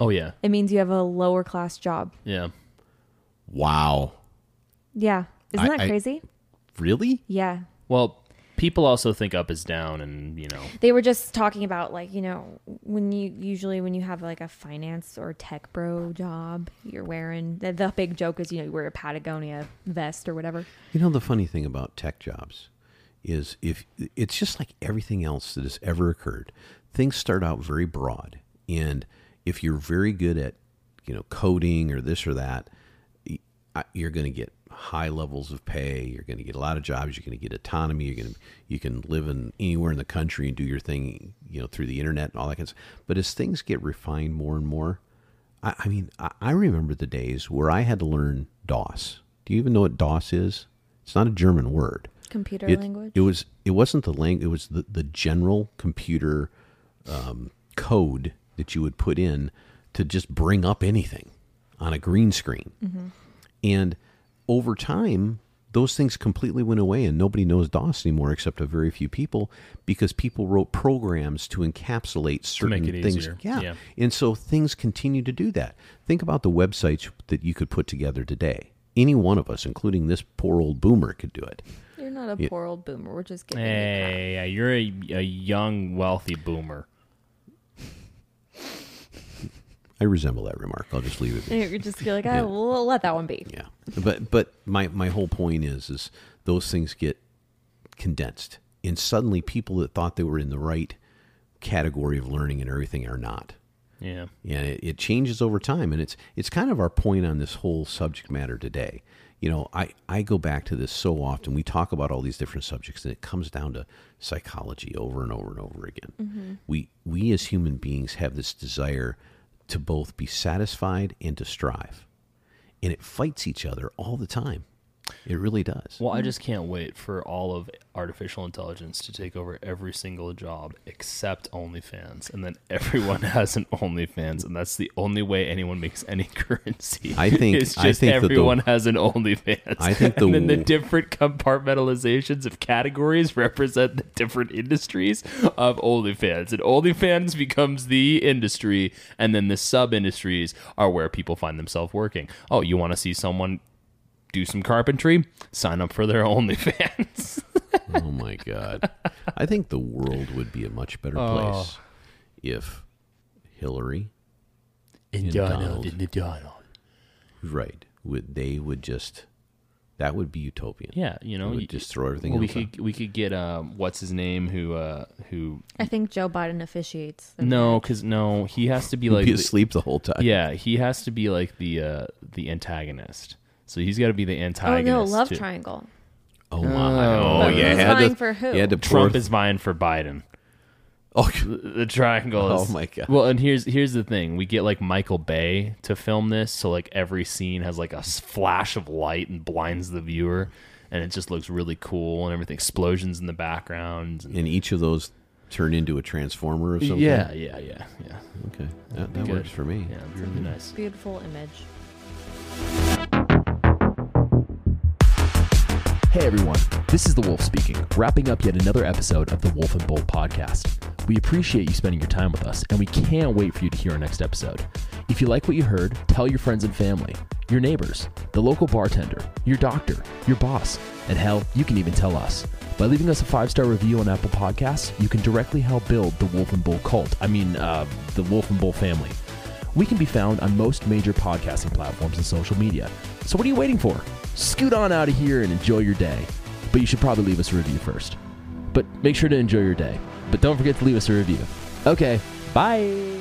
S4: Oh yeah,
S3: it means you have a lower class job.
S4: yeah.
S2: wow,
S3: Yeah, isn't
S2: I-
S3: that
S2: I-
S3: crazy?
S2: really?
S3: yeah,
S4: Well, people also think up is down, and you know,
S3: they were just talking about like you know when you usually when you have like a finance or tech bro job you're wearing the, the big joke is you know you wear a patagonia vest or whatever
S2: You know the funny thing about tech jobs is if it's just like everything else that has ever occurred. Things start out very broad and if you're very good at, you know, coding or this or that, y- I- you're going to get high levels of pay, you're going to get a lot of jobs, you're going to get autonomy, you're going to you can live in anywhere in the country and do your thing, you know, through the internet and all that kind of stuff. But as things get refined more and more, I, I mean, I, I remember the days where I had to learn DOS. Do you even know what DOS is? It's not a German word.
S3: computer
S2: It,
S3: language
S2: it was. It wasn't the language. It was the, the general computer um, code that you would put in to just bring up anything on a green screen.
S3: Mm-hmm.
S2: And over time, those things completely went away, and nobody knows DOS anymore except a very few people because people wrote programs to encapsulate certain
S4: make it
S2: things.
S4: easier. Yeah.
S2: And so things continue to do that. Think about the websites that you could put together today. Any one of us, including this poor old boomer, could do it.
S3: you're not a
S2: Yeah.
S3: poor old boomer we're just getting
S4: hey, yeah, you're a, a young wealthy boomer.
S2: I resemble that remark. I'll just leave it. be.
S3: you're just like oh, we'll let that one be
S2: Yeah. But but my my whole point is is those things get condensed, and suddenly people that thought they were in the right category of learning and everything are not.
S4: Yeah.
S2: and it, it changes over time and it's it's kind of our point on this whole subject matter today you know i i go back to this so often we talk about all these different subjects and it comes down to psychology over and over and over again we we as human beings have this desire to both be satisfied and to strive and it fights each other all the time it really does
S4: Well, I just can't wait for all of artificial intelligence to take over every single job except OnlyFans, and then everyone has an OnlyFans, and that's the only way anyone makes any currency.
S2: I think-
S4: it's just
S2: I think that the-
S4: everyone has an OnlyFans.
S2: I think the-
S4: and then the different compartmentalizations of categories represent the different industries of OnlyFans, and OnlyFans becomes the industry, and then the sub industries are where people find themselves working. Oh, you want to see someone do some carpentry, sign up for their OnlyFans.
S2: oh my god i think the world would be a much better place if hillary
S4: In
S2: Donald, Donald. in
S4: the Donald.
S2: Right. Would they would just that would be utopian.
S4: Yeah, you know,
S2: They would
S4: you-
S2: just throw everything
S4: well, we
S2: else out.
S4: could we could get um, what's his name who uh who
S3: i think joe biden officiates the
S4: no because no he has to be like
S2: be
S4: the-
S2: asleep the whole time.
S4: yeah he has to be like the uh the antagonist so he's got to be the
S3: oh
S4: antagonist.
S3: no love
S4: to-
S3: triangle
S2: Oh my.
S4: Oh,
S2: Oh,
S4: but
S2: you
S4: who's
S2: had
S3: vying
S2: to,
S3: for who?
S2: You had to
S4: Trump
S2: pour-
S4: is vying for Biden.
S2: Oh,
S4: the triangle
S2: Oh
S4: is
S2: my God.
S4: well and here's here's the thing we get like michael bay to film this so like every scene has like a s- flash of light and blinds the viewer and it just looks really cool and everything. Explosions in the background. And,
S2: And each of those turn into a transformer of some
S4: yeah,
S2: kind?
S4: yeah, yeah, yeah.
S2: Okay. That,
S4: Be
S2: that
S4: good.
S2: works for me. Mm-hmm.
S4: Yeah, it'd be really nice.
S3: Beautiful image.
S8: Hey everyone, this is The Wolf speaking, wrapping up yet another episode of the Wolf and Bolt podcast. We appreciate you spending your time with us, and we can't wait for you to hear our next episode. If you like what you heard, tell your friends and family, your neighbors, the local bartender, your doctor, your boss, and hell, you can even tell us. By leaving us a five star review on Apple Podcasts, you can directly help build the Wolf and Bull cult. I mean, uh, the Wolf and Bull family. We can be found on most major podcasting platforms and social media. So what are you waiting for? Scoot on out of here and enjoy your day. But you should probably leave us a review first. But make sure to enjoy your day. But don't forget to leave us a review. Okay, bye.